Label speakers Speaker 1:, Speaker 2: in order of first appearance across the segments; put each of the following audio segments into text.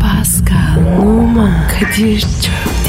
Speaker 1: Pascal, Oman, Kadir çok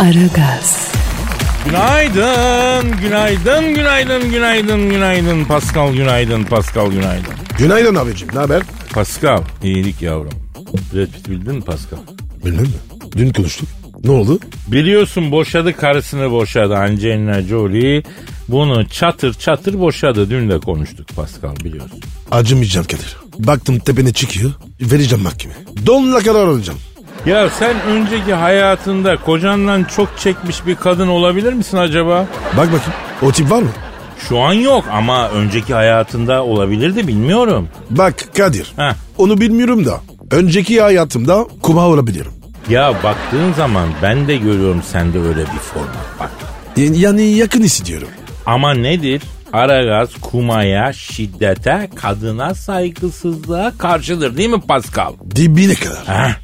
Speaker 1: Aragaz,
Speaker 2: Günaydın, günaydın, günaydın, günaydın, günaydın. Pascal günaydın, Pascal günaydın.
Speaker 3: Günaydın abicim. Ne haber?
Speaker 2: Pascal, iyilik yavrum. Brad Pitt bildin mi Pascal?
Speaker 3: Bildin mi? Dün konuştuk. Ne oldu?
Speaker 2: Biliyorsun boşadı karısını boşadı Angelina Jolie. Bunu çatır çatır boşadı. Dün de konuştuk Pascal biliyorsun.
Speaker 3: Acımayacağım Kadir. Baktım tepene çıkıyor. Vereceğim mahkeme. Donla kadar alacağım.
Speaker 2: Ya sen önceki hayatında kocandan çok çekmiş bir kadın olabilir misin acaba?
Speaker 3: Bak bakayım. O tip var mı?
Speaker 2: Şu an yok ama önceki hayatında olabilirdi bilmiyorum.
Speaker 3: Bak Kadir.
Speaker 2: Heh.
Speaker 3: Onu bilmiyorum da. Önceki hayatımda kuma olabilirim.
Speaker 2: Ya baktığın zaman ben de görüyorum sende öyle bir format bak.
Speaker 3: Y- Yani yakın hissediyorum.
Speaker 2: Ama nedir? Aragaz kumaya, şiddete, kadına saygısızlığa karşıdır değil mi Pascal?
Speaker 3: Dibine kadar.
Speaker 2: Heh.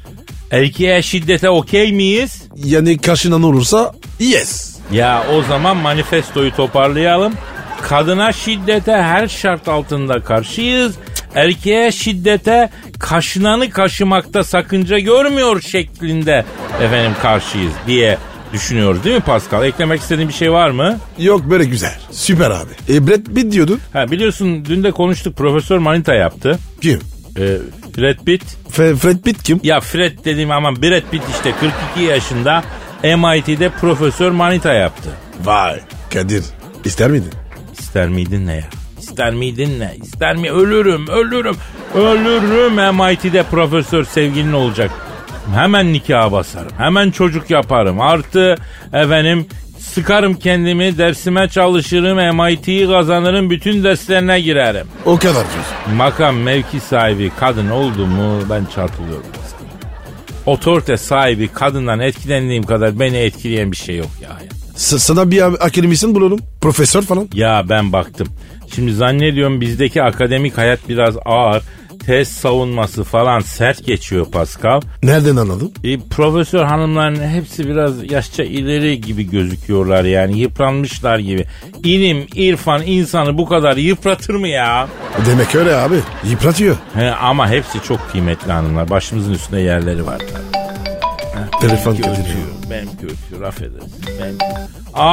Speaker 2: Erkeğe şiddete okey miyiz?
Speaker 3: Yani karşına ne olursa yes.
Speaker 2: Ya o zaman manifestoyu toparlayalım. Kadına şiddete her şart altında karşıyız. Erkeğe şiddete kaşınanı kaşımakta sakınca görmüyor şeklinde efendim karşıyız diye düşünüyoruz değil mi Pascal? Eklemek istediğin bir şey var mı?
Speaker 3: Yok böyle güzel. Süper abi. E Brad Pitt diyordun.
Speaker 2: Ha biliyorsun dün de konuştuk Profesör Manita yaptı.
Speaker 3: Kim?
Speaker 2: Ee, Fred Pitt.
Speaker 3: Fe- Fred Pitt kim?
Speaker 2: Ya Fred dediğim ama Brad Pitt işte 42 yaşında MIT'de Profesör Manita yaptı.
Speaker 3: Vay. Kadir. ister miydin?
Speaker 2: İster miydin ne ya? İster miydin ne? İster mi? Ölürüm, ölürüm, ölürüm MIT'de profesör sevgilin olacak. Hemen nikaha basarım, hemen çocuk yaparım. Artı efendim sıkarım kendimi, dersime çalışırım, MIT'yi kazanırım, bütün derslerine girerim.
Speaker 3: O kadar diyorsun.
Speaker 2: Makam mevki sahibi kadın oldu mu ben çarpılıyorum. Otorite sahibi kadından etkilendiğim kadar beni etkileyen bir şey yok ya. hayatta.
Speaker 3: S- sana bir a- akademisyen bulalım. Profesör falan.
Speaker 2: Ya ben baktım. Şimdi zannediyorum bizdeki akademik hayat biraz ağır. Test savunması falan sert geçiyor Pascal.
Speaker 3: Nereden anladın?
Speaker 2: E, profesör hanımların hepsi biraz yaşça ileri gibi gözüküyorlar yani yıpranmışlar gibi. İlim, irfan insanı bu kadar yıpratır mı ya?
Speaker 3: Demek öyle abi. Yıpratıyor.
Speaker 2: He, ama hepsi çok kıymetli hanımlar. Başımızın üstünde yerleri var.
Speaker 3: Telefon
Speaker 2: Ötüyor.
Speaker 3: Kadir.
Speaker 2: Benimki ötüyor. Affedersin. Benimki.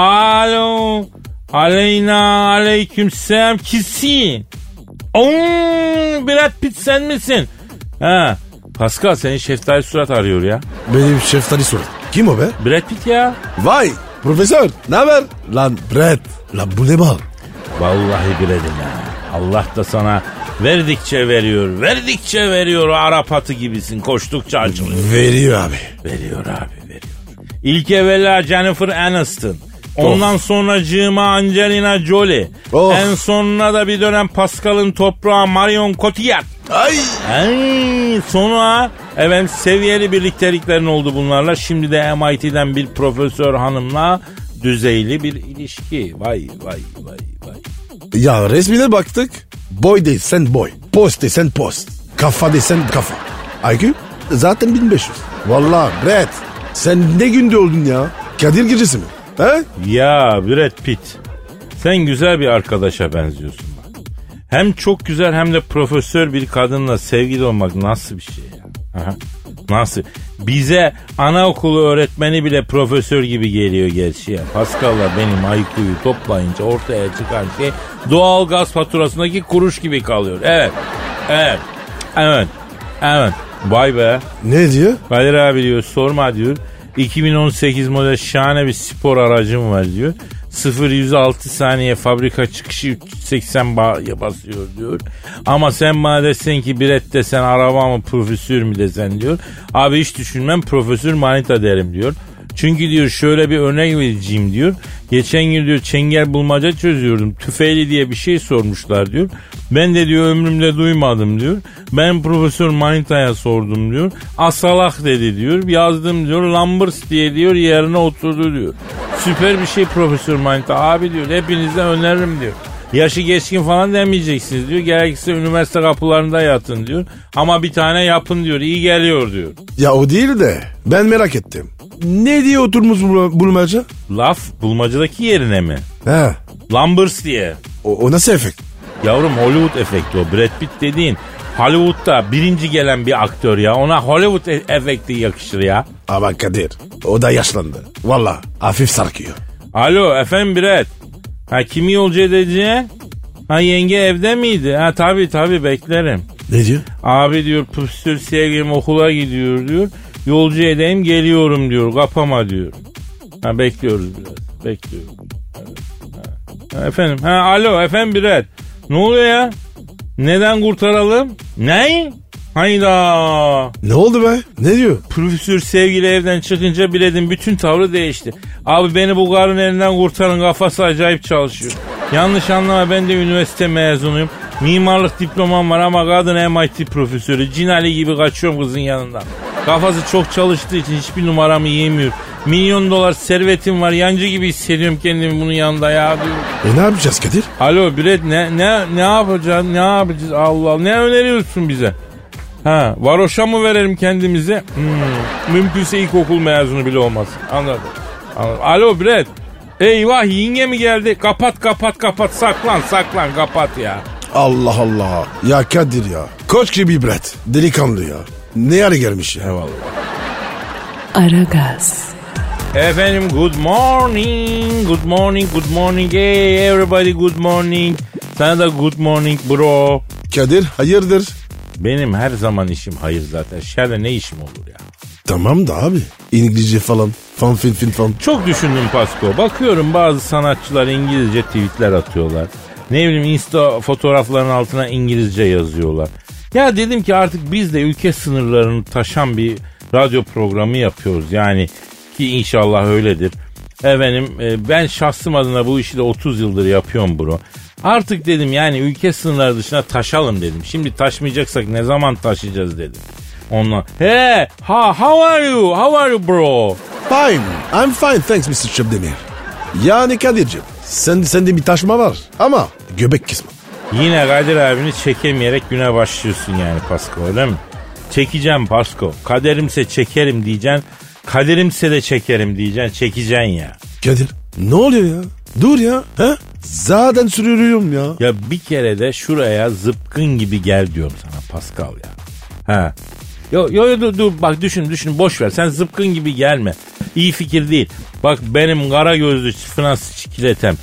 Speaker 2: Alo. Aleyna aleyküm selam kisin. Ooo Brad Pitt sen misin? Ha. Pascal senin şeftali surat arıyor ya.
Speaker 3: Benim şeftali soru. Kim o be?
Speaker 2: Brad Pitt ya.
Speaker 3: Vay. Profesör. Ne haber? Lan Brad. Lan bu ne bal?
Speaker 2: Vallahi Brad'im ya. Allah da sana verdikçe veriyor. Verdikçe veriyor. Arap atı gibisin. Koştukça açılıyor.
Speaker 3: Veriyor abi.
Speaker 2: Veriyor abi veriyor. İlk evvela Jennifer Aniston. Ondan sonra Cığma Angelina Jolie.
Speaker 3: Of.
Speaker 2: En sonuna da bir dönem Pascal'ın toprağı Marion Cotillard.
Speaker 3: Ay.
Speaker 2: Ay, sonra efendim seviyeli birlikteliklerin oldu bunlarla. Şimdi de MIT'den bir profesör hanımla düzeyli bir ilişki. Vay vay vay vay.
Speaker 3: Ya resmine baktık. Boy desen boy. Post desen post. Kafa desen kafa. IQ zaten 1500. Vallahi Brad. Sen ne günde oldun ya? Kadir gecesi mi? He?
Speaker 2: Ya Brad Pitt. Sen güzel bir arkadaşa benziyorsun bak. Hem çok güzel hem de profesör bir kadınla sevgili olmak nasıl bir şey ya? Aha, Nasıl? Bize anaokulu öğretmeni bile profesör gibi geliyor gerçi ya. Pascal'la benim IQ'yu toplayınca ortaya çıkan şey doğal gaz faturasındaki kuruş gibi kalıyor. Evet. Evet. Evet. Evet. Vay be.
Speaker 3: Ne diyor?
Speaker 2: Kadir abi diyor sorma diyor. 2018 model şahane bir spor aracım var diyor. 0-106 saniye fabrika çıkışı 380 ba- basıyor diyor. Ama sen bana desen ki bilet desen araba mı profesör mü desen diyor. Abi hiç düşünmem profesör manita derim diyor. Çünkü diyor şöyle bir örnek vereceğim diyor. Geçen gün diyor çengel bulmaca çözüyordum. Tüfeğli diye bir şey sormuşlar diyor. Ben de diyor ömrümde duymadım diyor. Ben Profesör Manita'ya sordum diyor. Asalak dedi diyor. Yazdım diyor. Lambers diye diyor yerine oturdu diyor. Süper bir şey Profesör Manita abi diyor. Hepinize öneririm diyor. Yaşı geçkin falan demeyeceksiniz diyor. Gerekirse üniversite kapılarında yatın diyor. Ama bir tane yapın diyor. İyi geliyor diyor.
Speaker 3: Ya o değil de ben merak ettim. Ne diye oturmuş bu- bulmaca?
Speaker 2: Laf bulmacadaki yerine mi?
Speaker 3: He.
Speaker 2: Lambers diye.
Speaker 3: O, o nasıl efekt?
Speaker 2: Yavrum Hollywood efekti o. Brad Pitt dediğin Hollywood'da birinci gelen bir aktör ya. Ona Hollywood e- efekti yakışır ya.
Speaker 3: Ama Kadir o da yaşlandı. Valla hafif sarkıyor.
Speaker 2: Alo efendim Brad. Ha kimi yolcu edeceğin? Ha yenge evde miydi? Ha tabii tabii beklerim.
Speaker 3: Ne diyor?
Speaker 2: Abi diyor püstür sevgilim okula gidiyor diyor. Yolcu edeyim geliyorum diyor. Kapama diyor. Ha bekliyoruz biraz. Bekliyoruz. Evet, ha. Ha, Efendim. Ha alo efendim Brad. Ne oluyor ya? Neden kurtaralım? Ne? Hayda.
Speaker 3: Ne oldu be? Ne diyor?
Speaker 2: Profesör sevgili evden çıkınca Brad'in bütün tavrı değişti. Abi beni bu karın elinden kurtarın kafası acayip çalışıyor. Yanlış anlama ben de üniversite mezunuyum. Mimarlık diplomam var ama kadın MIT profesörü. Cin Ali gibi kaçıyorum kızın yanından. Kafası çok çalıştığı için hiçbir numaramı yiyemiyor. Milyon dolar servetim var. Yancı gibi hissediyorum kendimi bunun yanında ya diyorum.
Speaker 3: E ne yapacağız Kadir?
Speaker 2: Alo Brad ne ne ne yapacağız? Ne yapacağız? Allah Allah. ne öneriyorsun bize? Ha, varoşa mı verelim kendimizi? Hmm, mümkünse ilkokul mezunu bile olmasın. Anladım. Anladım. Alo Brad. Eyvah yenge mi geldi? Kapat kapat kapat saklan saklan kapat ya.
Speaker 3: Allah Allah. Ya Kadir ya. Koç gibi bret. Delikanlı ya. Ne yere gelmiş ya.
Speaker 2: Eyvallah.
Speaker 1: Aragaz,
Speaker 2: Efendim good morning, good morning, good morning. Hey everybody good morning. Sana da good morning bro.
Speaker 3: Kadir hayırdır?
Speaker 2: Benim her zaman işim hayır zaten. Şerle ne işim olur ya.
Speaker 3: Tamam da abi. İngilizce falan. Fan fin fin fan.
Speaker 2: Çok düşündüm Pasko. Bakıyorum bazı sanatçılar İngilizce tweetler atıyorlar. Ne bileyim Insta fotoğraflarının altına İngilizce yazıyorlar. Ya dedim ki artık biz de ülke sınırlarını taşan bir radyo programı yapıyoruz. Yani ki inşallah öyledir. Efendim e, ben şahsım adına bu işi de 30 yıldır yapıyorum bro. Artık dedim yani ülke sınırları dışına taşalım dedim. Şimdi taşmayacaksak ne zaman taşıyacağız dedim. Onunla he ha how are you how are you bro
Speaker 3: Fine. I'm fine thanks Mr. Şebdemir. Yani Kadir'cim sen, sende bir taşma var ama göbek kısmı.
Speaker 2: Yine Kadir abini çekemeyerek güne başlıyorsun yani Pasko öyle mi? Çekeceğim Pasko. Kaderimse çekerim diyeceksin. Kaderimse de çekerim diyeceksin. Çekeceksin ya.
Speaker 3: Kadir ne oluyor ya? Dur ya. He? Zaten sürüyorum ya.
Speaker 2: Ya bir kere de şuraya zıpkın gibi gel diyorum sana Pascal ya. Ha. Yo, yo, yo, dur, dur bak düşün düşün boş ver sen zıpkın gibi gelme. İyi fikir değil. Bak benim kara gözlü Fransız çikiletem.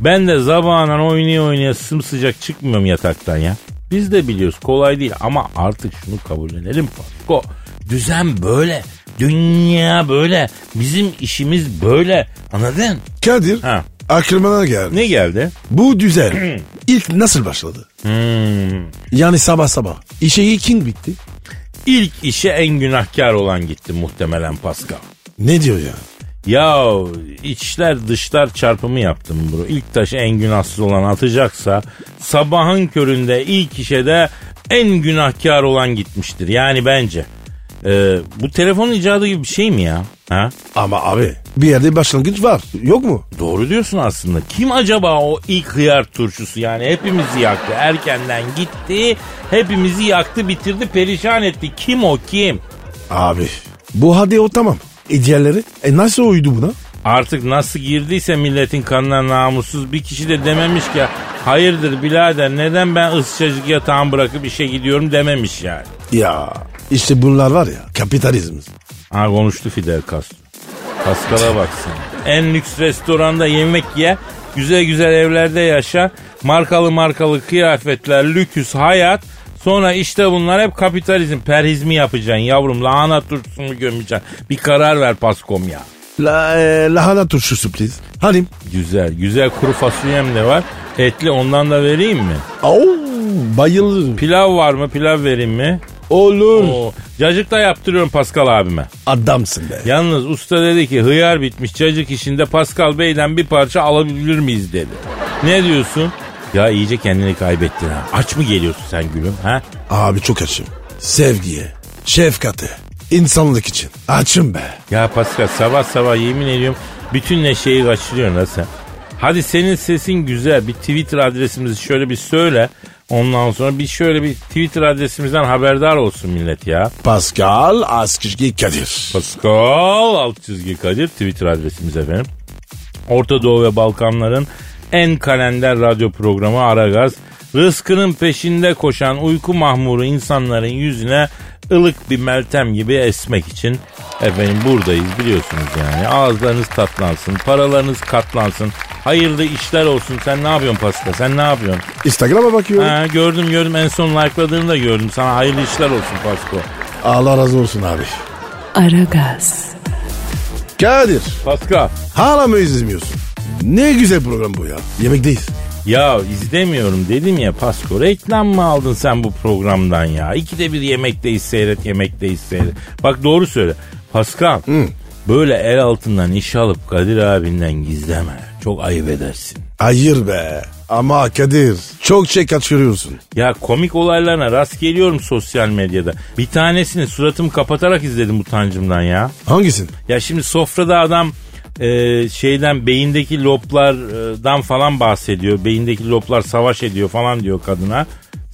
Speaker 2: Ben de zabağından oynaya oynaya sımsıcak çıkmıyorum yataktan ya. Biz de biliyoruz kolay değil ama artık şunu kabullenelim Pasko. Düzen böyle. Dünya böyle. Bizim işimiz böyle. Anladın?
Speaker 3: Kadir
Speaker 2: Ha.
Speaker 3: aklıma ne geldi?
Speaker 2: Ne geldi?
Speaker 3: Bu düzen ilk nasıl başladı?
Speaker 2: Hmm.
Speaker 3: Yani sabah sabah. İşe kim bitti?
Speaker 2: İlk işe en günahkar olan gitti muhtemelen Pascal.
Speaker 3: Ne diyor ya?
Speaker 2: Ya içler dışlar çarpımı yaptım bro. İlk taşı en günahsız olan atacaksa sabahın köründe ilk işe de en günahkar olan gitmiştir. Yani bence. Ee, bu telefonun icadı gibi bir şey mi ya? Ha?
Speaker 3: Ama abi bir yerde başlangıç var. Yok mu?
Speaker 2: Doğru diyorsun aslında. Kim acaba o ilk hıyar turşusu? Yani hepimizi yaktı. Erkenden gitti. Hepimizi yaktı bitirdi perişan etti. Kim o kim?
Speaker 3: Abi bu hadi o tamam. E diğerleri? E nasıl uydu buna?
Speaker 2: Artık nasıl girdiyse milletin kanına namussuz bir kişi de dememiş ki hayırdır birader neden ben ısıtacık yatağımı bırakıp işe gidiyorum dememiş yani.
Speaker 3: Ya işte bunlar var ya kapitalizm.
Speaker 2: Ha konuştu Fidel Castro. Pascal'a baksın. En lüks restoranda yemek ye, güzel güzel evlerde yaşa, markalı markalı kıyafetler, lüküs hayat. Sonra işte bunlar hep kapitalizm, perhizmi yapacaksın yavrum. Lahana turşusunu gömeceksin. Bir karar ver Paskom ya.
Speaker 3: La, e, lahana turşusu please. Halim.
Speaker 2: Güzel, güzel kuru fasulyem de var. Etli ondan da vereyim mi?
Speaker 3: Au, bayılırım.
Speaker 2: Pilav var mı? Pilav vereyim mi?
Speaker 3: Olur.
Speaker 2: Oo, cacık da yaptırıyorum Pascal abime.
Speaker 3: Adamsın be.
Speaker 2: Yalnız usta dedi ki hıyar bitmiş cacık işinde Pascal Bey'den bir parça alabilir miyiz dedi. Ne diyorsun? Ya iyice kendini kaybettin ha. Aç mı geliyorsun sen gülüm ha?
Speaker 3: Abi çok açım. Sevgiye, şefkate, insanlık için. Açım be.
Speaker 2: Ya Pascal sabah sabah yemin ediyorum bütün neşeyi kaçırıyorsun ha sen. Hadi senin sesin güzel bir Twitter adresimizi şöyle bir söyle. Ondan sonra bir şöyle bir Twitter adresimizden haberdar olsun millet ya.
Speaker 3: Pascal Askışki Kadir.
Speaker 2: Pascal alt çizgi Kadir Twitter adresimiz efendim. Orta Doğu ve Balkanların en kalender radyo programı Aragaz. Rızkının peşinde koşan uyku mahmuru insanların yüzüne ılık bir meltem gibi esmek için efendim buradayız biliyorsunuz yani. Ağızlarınız tatlansın, paralarınız katlansın, hayırlı işler olsun. Sen ne yapıyorsun Pascal? Sen ne yapıyorsun?
Speaker 3: Instagram'a bakıyorum.
Speaker 2: Ha, gördüm gördüm en son like'ladığını da gördüm. Sana hayırlı işler olsun Pascal.
Speaker 3: Allah razı olsun abi.
Speaker 1: Aragaz,
Speaker 3: Kadir.
Speaker 2: Pascal.
Speaker 3: Hala mı izlemiyorsun? Ne güzel program bu ya. Yemekteyiz.
Speaker 2: Ya izlemiyorum dedim ya Pasko reklam mı aldın sen bu programdan ya? İkide bir yemekteyiz seyret yemekteyiz seyret. Bak doğru söyle. Pascal böyle el altından iş alıp Kadir abinden gizleme. Çok ayıp edersin.
Speaker 3: Hayır be. Ama Kadir çok şey kaçırıyorsun.
Speaker 2: Ya komik olaylarına rast geliyorum sosyal medyada. Bir tanesini suratımı kapatarak izledim utancımdan ya.
Speaker 3: Hangisin?
Speaker 2: Ya şimdi sofrada adam e, şeyden beyindeki loblardan falan bahsediyor. Beyindeki loblar savaş ediyor falan diyor kadına.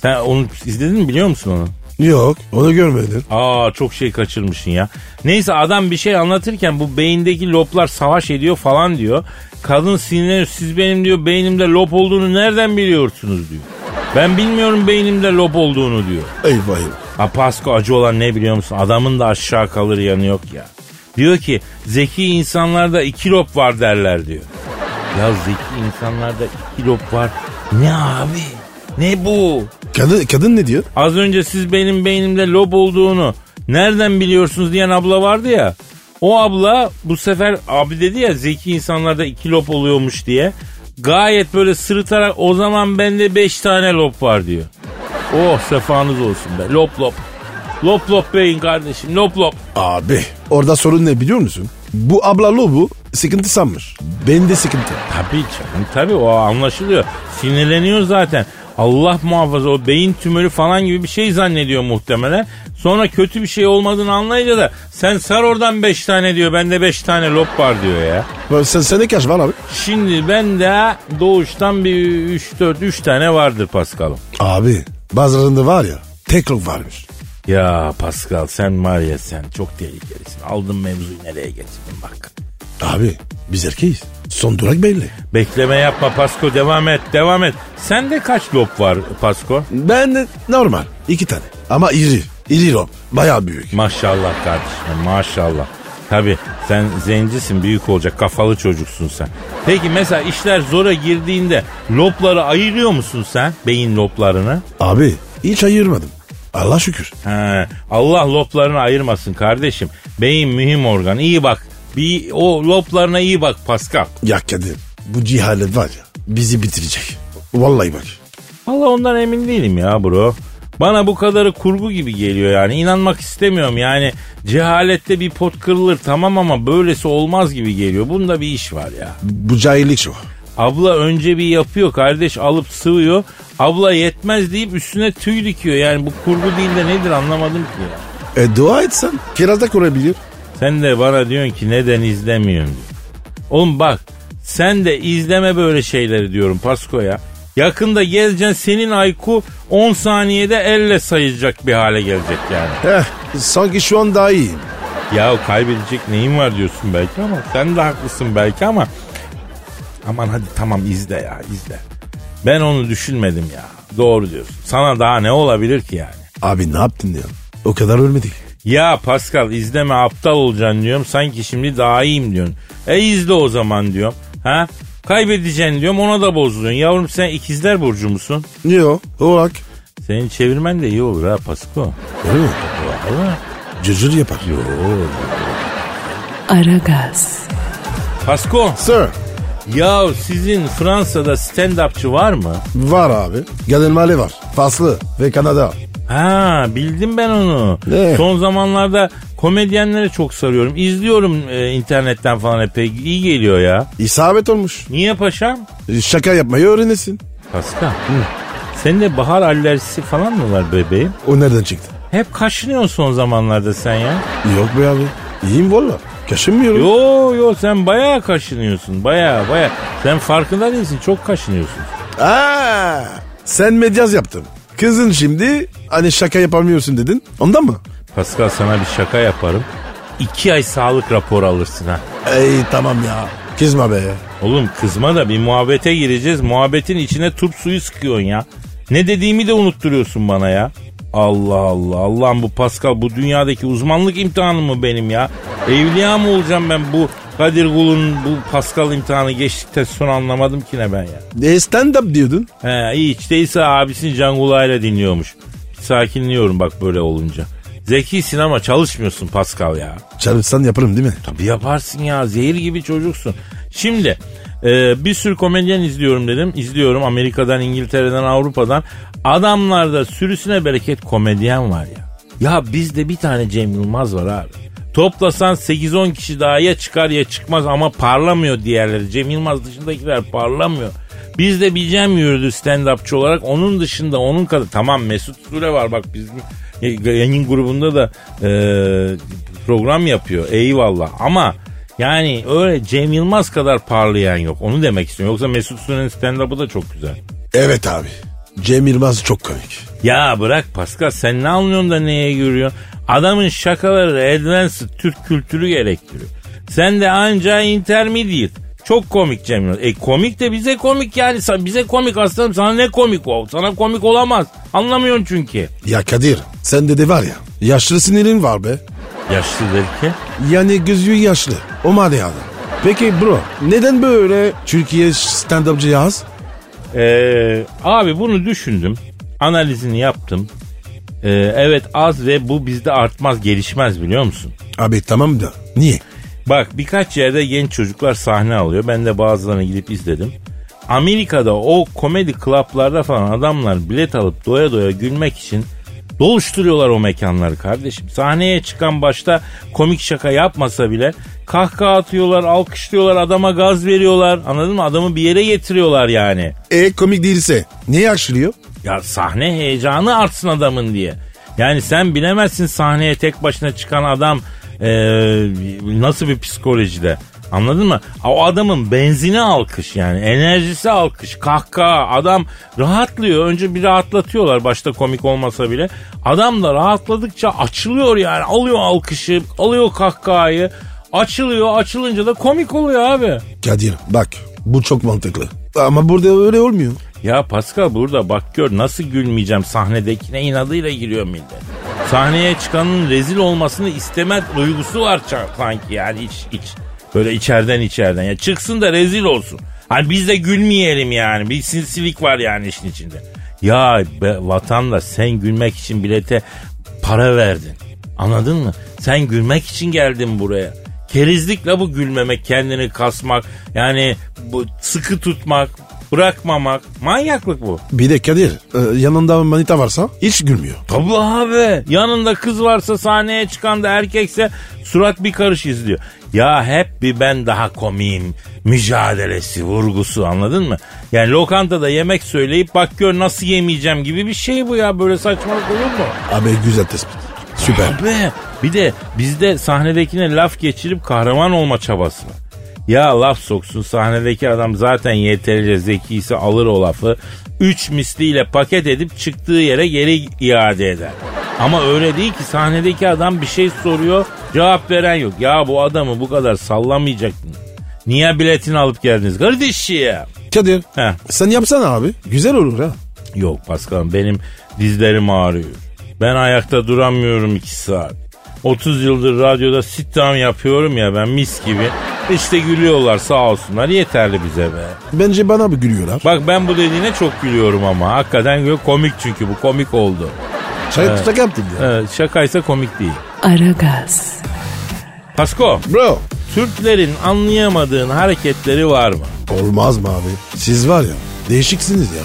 Speaker 2: Sen onu izledin mi biliyor musun onu?
Speaker 3: Yok onu görmedin.
Speaker 2: Aa çok şey kaçırmışsın ya. Neyse adam bir şey anlatırken bu beyindeki loblar savaş ediyor falan diyor. Kadın sinirleniyor siz benim diyor beynimde lob olduğunu nereden biliyorsunuz diyor. Ben bilmiyorum beynimde lob olduğunu diyor.
Speaker 3: Eyvah eyvah.
Speaker 2: Ha Pasko acı olan ne biliyor musun? Adamın da aşağı kalır yanı yok ya. Diyor ki zeki insanlarda iki lob var derler diyor. Ya zeki insanlarda iki lob var. Ne abi? Ne bu?
Speaker 3: Kadın, kadın ne diyor?
Speaker 2: Az önce siz benim beynimde lob olduğunu nereden biliyorsunuz diyen abla vardı ya. O abla bu sefer abi dedi ya zeki insanlarda iki lob oluyormuş diye. Gayet böyle sırıtarak o zaman bende beş tane lob var diyor. Oh sefanız olsun be lop lop. Lop lop beyin kardeşim lop lop.
Speaker 3: Abi orada sorun ne biliyor musun? Bu abla lobu sıkıntı sanmış. Benim de sıkıntı.
Speaker 2: Tabii canım tabii o anlaşılıyor. Sinirleniyor zaten. Allah muhafaza o beyin tümörü falan gibi bir şey zannediyor muhtemelen. Sonra kötü bir şey olmadığını anlayınca da sen sar oradan 5 tane diyor bende 5 tane lop var diyor ya.
Speaker 3: Böyle Sen, sende kaç var abi?
Speaker 2: Şimdi bende doğuştan bir 3-4-3 tane vardır Paskal'ım.
Speaker 3: Abi bazılarında var ya tek lob varmış.
Speaker 2: Ya Pascal sen var ya sen çok tehlikelisin. Aldın mevzuyu nereye getirdin bak.
Speaker 3: Abi biz erkeğiz. Son durak belli.
Speaker 2: Bekleme yapma Pasko devam et devam et. Sende kaç lop var Pasko?
Speaker 3: Ben de normal iki tane. Ama iri. İri lob. Baya büyük.
Speaker 2: Maşallah kardeşim maşallah. Tabi sen zencisin büyük olacak kafalı çocuksun sen. Peki mesela işler zora girdiğinde lopları ayırıyor musun sen? Beyin loplarını.
Speaker 3: Abi hiç ayırmadım. Allah şükür.
Speaker 2: He, Allah loplarını ayırmasın kardeşim. Beyin mühim organ iyi bak. Bir, o loplarına iyi bak Pascal.
Speaker 3: Ya Kadir bu cehalet var ya bizi bitirecek. Vallahi bak.
Speaker 2: Valla ondan emin değilim ya bro. Bana bu kadarı kurgu gibi geliyor yani. İnanmak istemiyorum yani. Cehalette bir pot kırılır tamam ama böylesi olmaz gibi geliyor. Bunda bir iş var ya.
Speaker 3: Bu cahillik şu.
Speaker 2: Abla önce bir yapıyor kardeş alıp sıvıyor. Abla yetmez deyip üstüne tüy dikiyor. Yani bu kurgu değil de nedir anlamadım ki ya.
Speaker 3: E dua etsen kiraz da kurabilir.
Speaker 2: Sen de bana diyorsun ki neden izlemiyorsun diyor. Oğlum bak sen de izleme böyle şeyleri diyorum Pasko ya. Yakında gezeceksin senin ayku 10 saniyede elle sayacak bir hale gelecek yani.
Speaker 3: Heh, sanki şu an daha iyiyim.
Speaker 2: Ya kaybedecek neyin var diyorsun belki ama sen de haklısın belki ama aman hadi tamam izle ya izle. Ben onu düşünmedim ya. Doğru diyorsun. Sana daha ne olabilir ki yani?
Speaker 3: Abi ne yaptın ya? O kadar ölmedik.
Speaker 2: Ya Pascal izleme aptal olacaksın diyorum. Sanki şimdi daha iyiyim diyorsun. E izle o zaman diyorum. Ha? Kaybedeceksin diyorum ona da bozuluyorsun. Yavrum sen ikizler burcu musun?
Speaker 3: Yo olarak.
Speaker 2: Senin çevirmen de iyi olur ha Pasko.
Speaker 3: Öyle mi?
Speaker 2: Vallahi.
Speaker 3: Cırcır yapar.
Speaker 1: Aragaz,
Speaker 2: Pasko
Speaker 3: Sir.
Speaker 2: ya sizin Fransa'da stand-upçı var mı?
Speaker 3: Var abi. Gadel Mali var. Faslı ve Kanada.
Speaker 2: Ha bildim ben onu.
Speaker 3: Ne?
Speaker 2: Son zamanlarda komedyenlere çok sarıyorum. İzliyorum e, internetten falan epey iyi geliyor ya.
Speaker 3: İsabet olmuş.
Speaker 2: Niye paşam?
Speaker 3: E, Şaka yapmayı öğrenesin.
Speaker 2: Pascal. Senin de bahar alerjisi falan mı var bebeğim?
Speaker 3: O nereden çıktı?
Speaker 2: Hep kaşınıyorsun son zamanlarda sen ya.
Speaker 3: Yok be abi. İyiyim valla. Kaşınmıyorum.
Speaker 2: Yo yo sen bayağı kaşınıyorsun. Bayağı bayağı. Sen farkında değilsin çok kaşınıyorsun.
Speaker 3: Aa, sen medyaz yaptın. Kızın şimdi hani şaka yapamıyorsun dedin. Ondan mı?
Speaker 2: Pascal sana bir şaka yaparım. İki ay sağlık raporu alırsın ha.
Speaker 3: Ey tamam ya. Kızma be ya.
Speaker 2: Oğlum kızma da bir muhabbete gireceğiz. Muhabbetin içine turp suyu sıkıyorsun ya. Ne dediğimi de unutturuyorsun bana ya. Allah Allah. Allah'ım bu Pascal bu dünyadaki uzmanlık imtihanı mı benim ya? Evliya mı olacağım ben bu Kadir Kul'un bu Pascal imtihanı geçtikten sonra anlamadım ki ne ben ya.
Speaker 3: E stand up diyordun.
Speaker 2: He, iyi hiç değilse abisini Can Kulağı'yla dinliyormuş. Sakinliyorum bak böyle olunca. Zekisin ama çalışmıyorsun Pascal ya.
Speaker 3: Çalışsan yaparım değil mi?
Speaker 2: Tabii yaparsın ya zehir gibi çocuksun. Şimdi e, bir sürü komedyen izliyorum dedim. İzliyorum Amerika'dan, İngiltere'den, Avrupa'dan. Adamlarda sürüsüne bereket komedyen var ya. Ya bizde bir tane Cem Yılmaz var abi. Toplasan 8-10 kişi daha ya çıkar ya çıkmaz ama parlamıyor diğerleri. Cem Yılmaz dışındakiler parlamıyor. Bizde bir Cem yürüdü stand-upçı olarak. Onun dışında onun kadar. Tamam Mesut Süre var bak bizim yayın grubunda da e, program yapıyor. Eyvallah ama yani öyle Cem Yılmaz kadar parlayan yok. Onu demek istiyorum. Yoksa Mesut Süren'in stand-up'ı da çok güzel.
Speaker 3: Evet abi. Cem Yılmaz çok komik.
Speaker 2: Ya bırak Pascal sen ne anlıyorsun da neye görüyorsun? Adamın şakaları advanced Türk kültürü gerektiriyor. Sen de anca intermediate. Çok komik Cem Yılmaz. E komik de bize komik yani. Sa- Bize komik aslanım sana ne komik o? Sana komik olamaz. Anlamıyorsun çünkü.
Speaker 3: Ya Kadir sende de var ya. Yaşlı sinirin var be.
Speaker 2: Yaşlı derken.
Speaker 3: Yani gözü yaşlı. O madde adam. Peki bro neden böyle Türkiye stand-upçı yaz?
Speaker 2: Ee, abi bunu düşündüm. Analizini yaptım. Ee, evet az ve bu bizde artmaz gelişmez biliyor musun?
Speaker 3: Abi tamam da niye?
Speaker 2: Bak birkaç yerde genç çocuklar sahne alıyor. Ben de bazılarını gidip izledim. Amerika'da o komedi klaplarda falan adamlar bilet alıp doya doya gülmek için doluşturuyorlar o mekanları kardeşim. Sahneye çıkan başta komik şaka yapmasa bile kahkaha atıyorlar, alkışlıyorlar, adama gaz veriyorlar. Anladın mı? Adamı bir yere getiriyorlar yani.
Speaker 3: E komik değilse niye yaşlıyor?
Speaker 2: Ya sahne heyecanı artsın adamın diye. Yani sen bilemezsin sahneye tek başına çıkan adam eee, nasıl bir psikolojide. Anladın mı? O adamın benzini alkış yani. Enerjisi alkış. Kahkaha. Adam rahatlıyor. Önce bir rahatlatıyorlar başta komik olmasa bile. Adam da rahatladıkça açılıyor yani. Alıyor alkışı. Alıyor kahkahayı. Açılıyor. Açılınca da komik oluyor abi.
Speaker 3: Kadir bak bu çok mantıklı. Ama burada öyle olmuyor.
Speaker 2: Ya Pascal burada bak gör nasıl gülmeyeceğim sahnedekine inadıyla giriyor millet. Sahneye çıkanın rezil olmasını istemez duygusu var ça- sanki yani iç iç. Böyle içeriden içeriden ya çıksın da rezil olsun. Hani biz de gülmeyelim yani bir sinsilik var yani işin içinde. Ya be, vatandaş sen gülmek için bilete para verdin. Anladın mı? Sen gülmek için geldin buraya. Kerizlikle bu gülmemek, kendini kasmak, yani bu sıkı tutmak, bırakmamak manyaklık bu.
Speaker 3: Bir de Kadir e, yanında manita varsa hiç gülmüyor.
Speaker 2: Tabii abi. Yanında kız varsa sahneye çıkan da erkekse surat bir karış izliyor. Ya hep bir ben daha komiyim mücadelesi, vurgusu anladın mı? Yani lokantada yemek söyleyip bak gör nasıl yemeyeceğim gibi bir şey bu ya. Böyle saçmalık olur mu?
Speaker 3: Abi güzel tespit. Süper.
Speaker 2: Abi bir de bizde sahnedekine laf geçirip kahraman olma çabası var. Ya laf soksun sahnedeki adam zaten yeterince zekiyse alır o lafı. Üç misliyle paket edip çıktığı yere geri iade eder. Ama öyle değil ki sahnedeki adam bir şey soruyor cevap veren yok. Ya bu adamı bu kadar sallamayacaktın. Niye biletini alıp geldiniz kardeşim?
Speaker 3: Kadir
Speaker 2: Heh.
Speaker 3: sen yapsana abi. Güzel olur ha.
Speaker 2: Yok Paskal'ım benim dizlerim ağrıyor. Ben ayakta duramıyorum iki saat. 30 yıldır radyoda sit-down yapıyorum ya ben mis gibi. İşte gülüyorlar sağ olsunlar yeterli bize be.
Speaker 3: Bence bana bir gülüyorlar.
Speaker 2: Bak ben bu dediğine çok gülüyorum ama hakikaten gö- komik çünkü bu komik oldu.
Speaker 3: Şaka, şaka yaptın ya.
Speaker 2: Ee, şakaysa komik değil.
Speaker 1: Aragaz,
Speaker 2: Pasko,
Speaker 3: Bro.
Speaker 2: Türklerin anlayamadığın hareketleri var mı?
Speaker 3: Olmaz mı abi? Siz var ya değişiksiniz ya.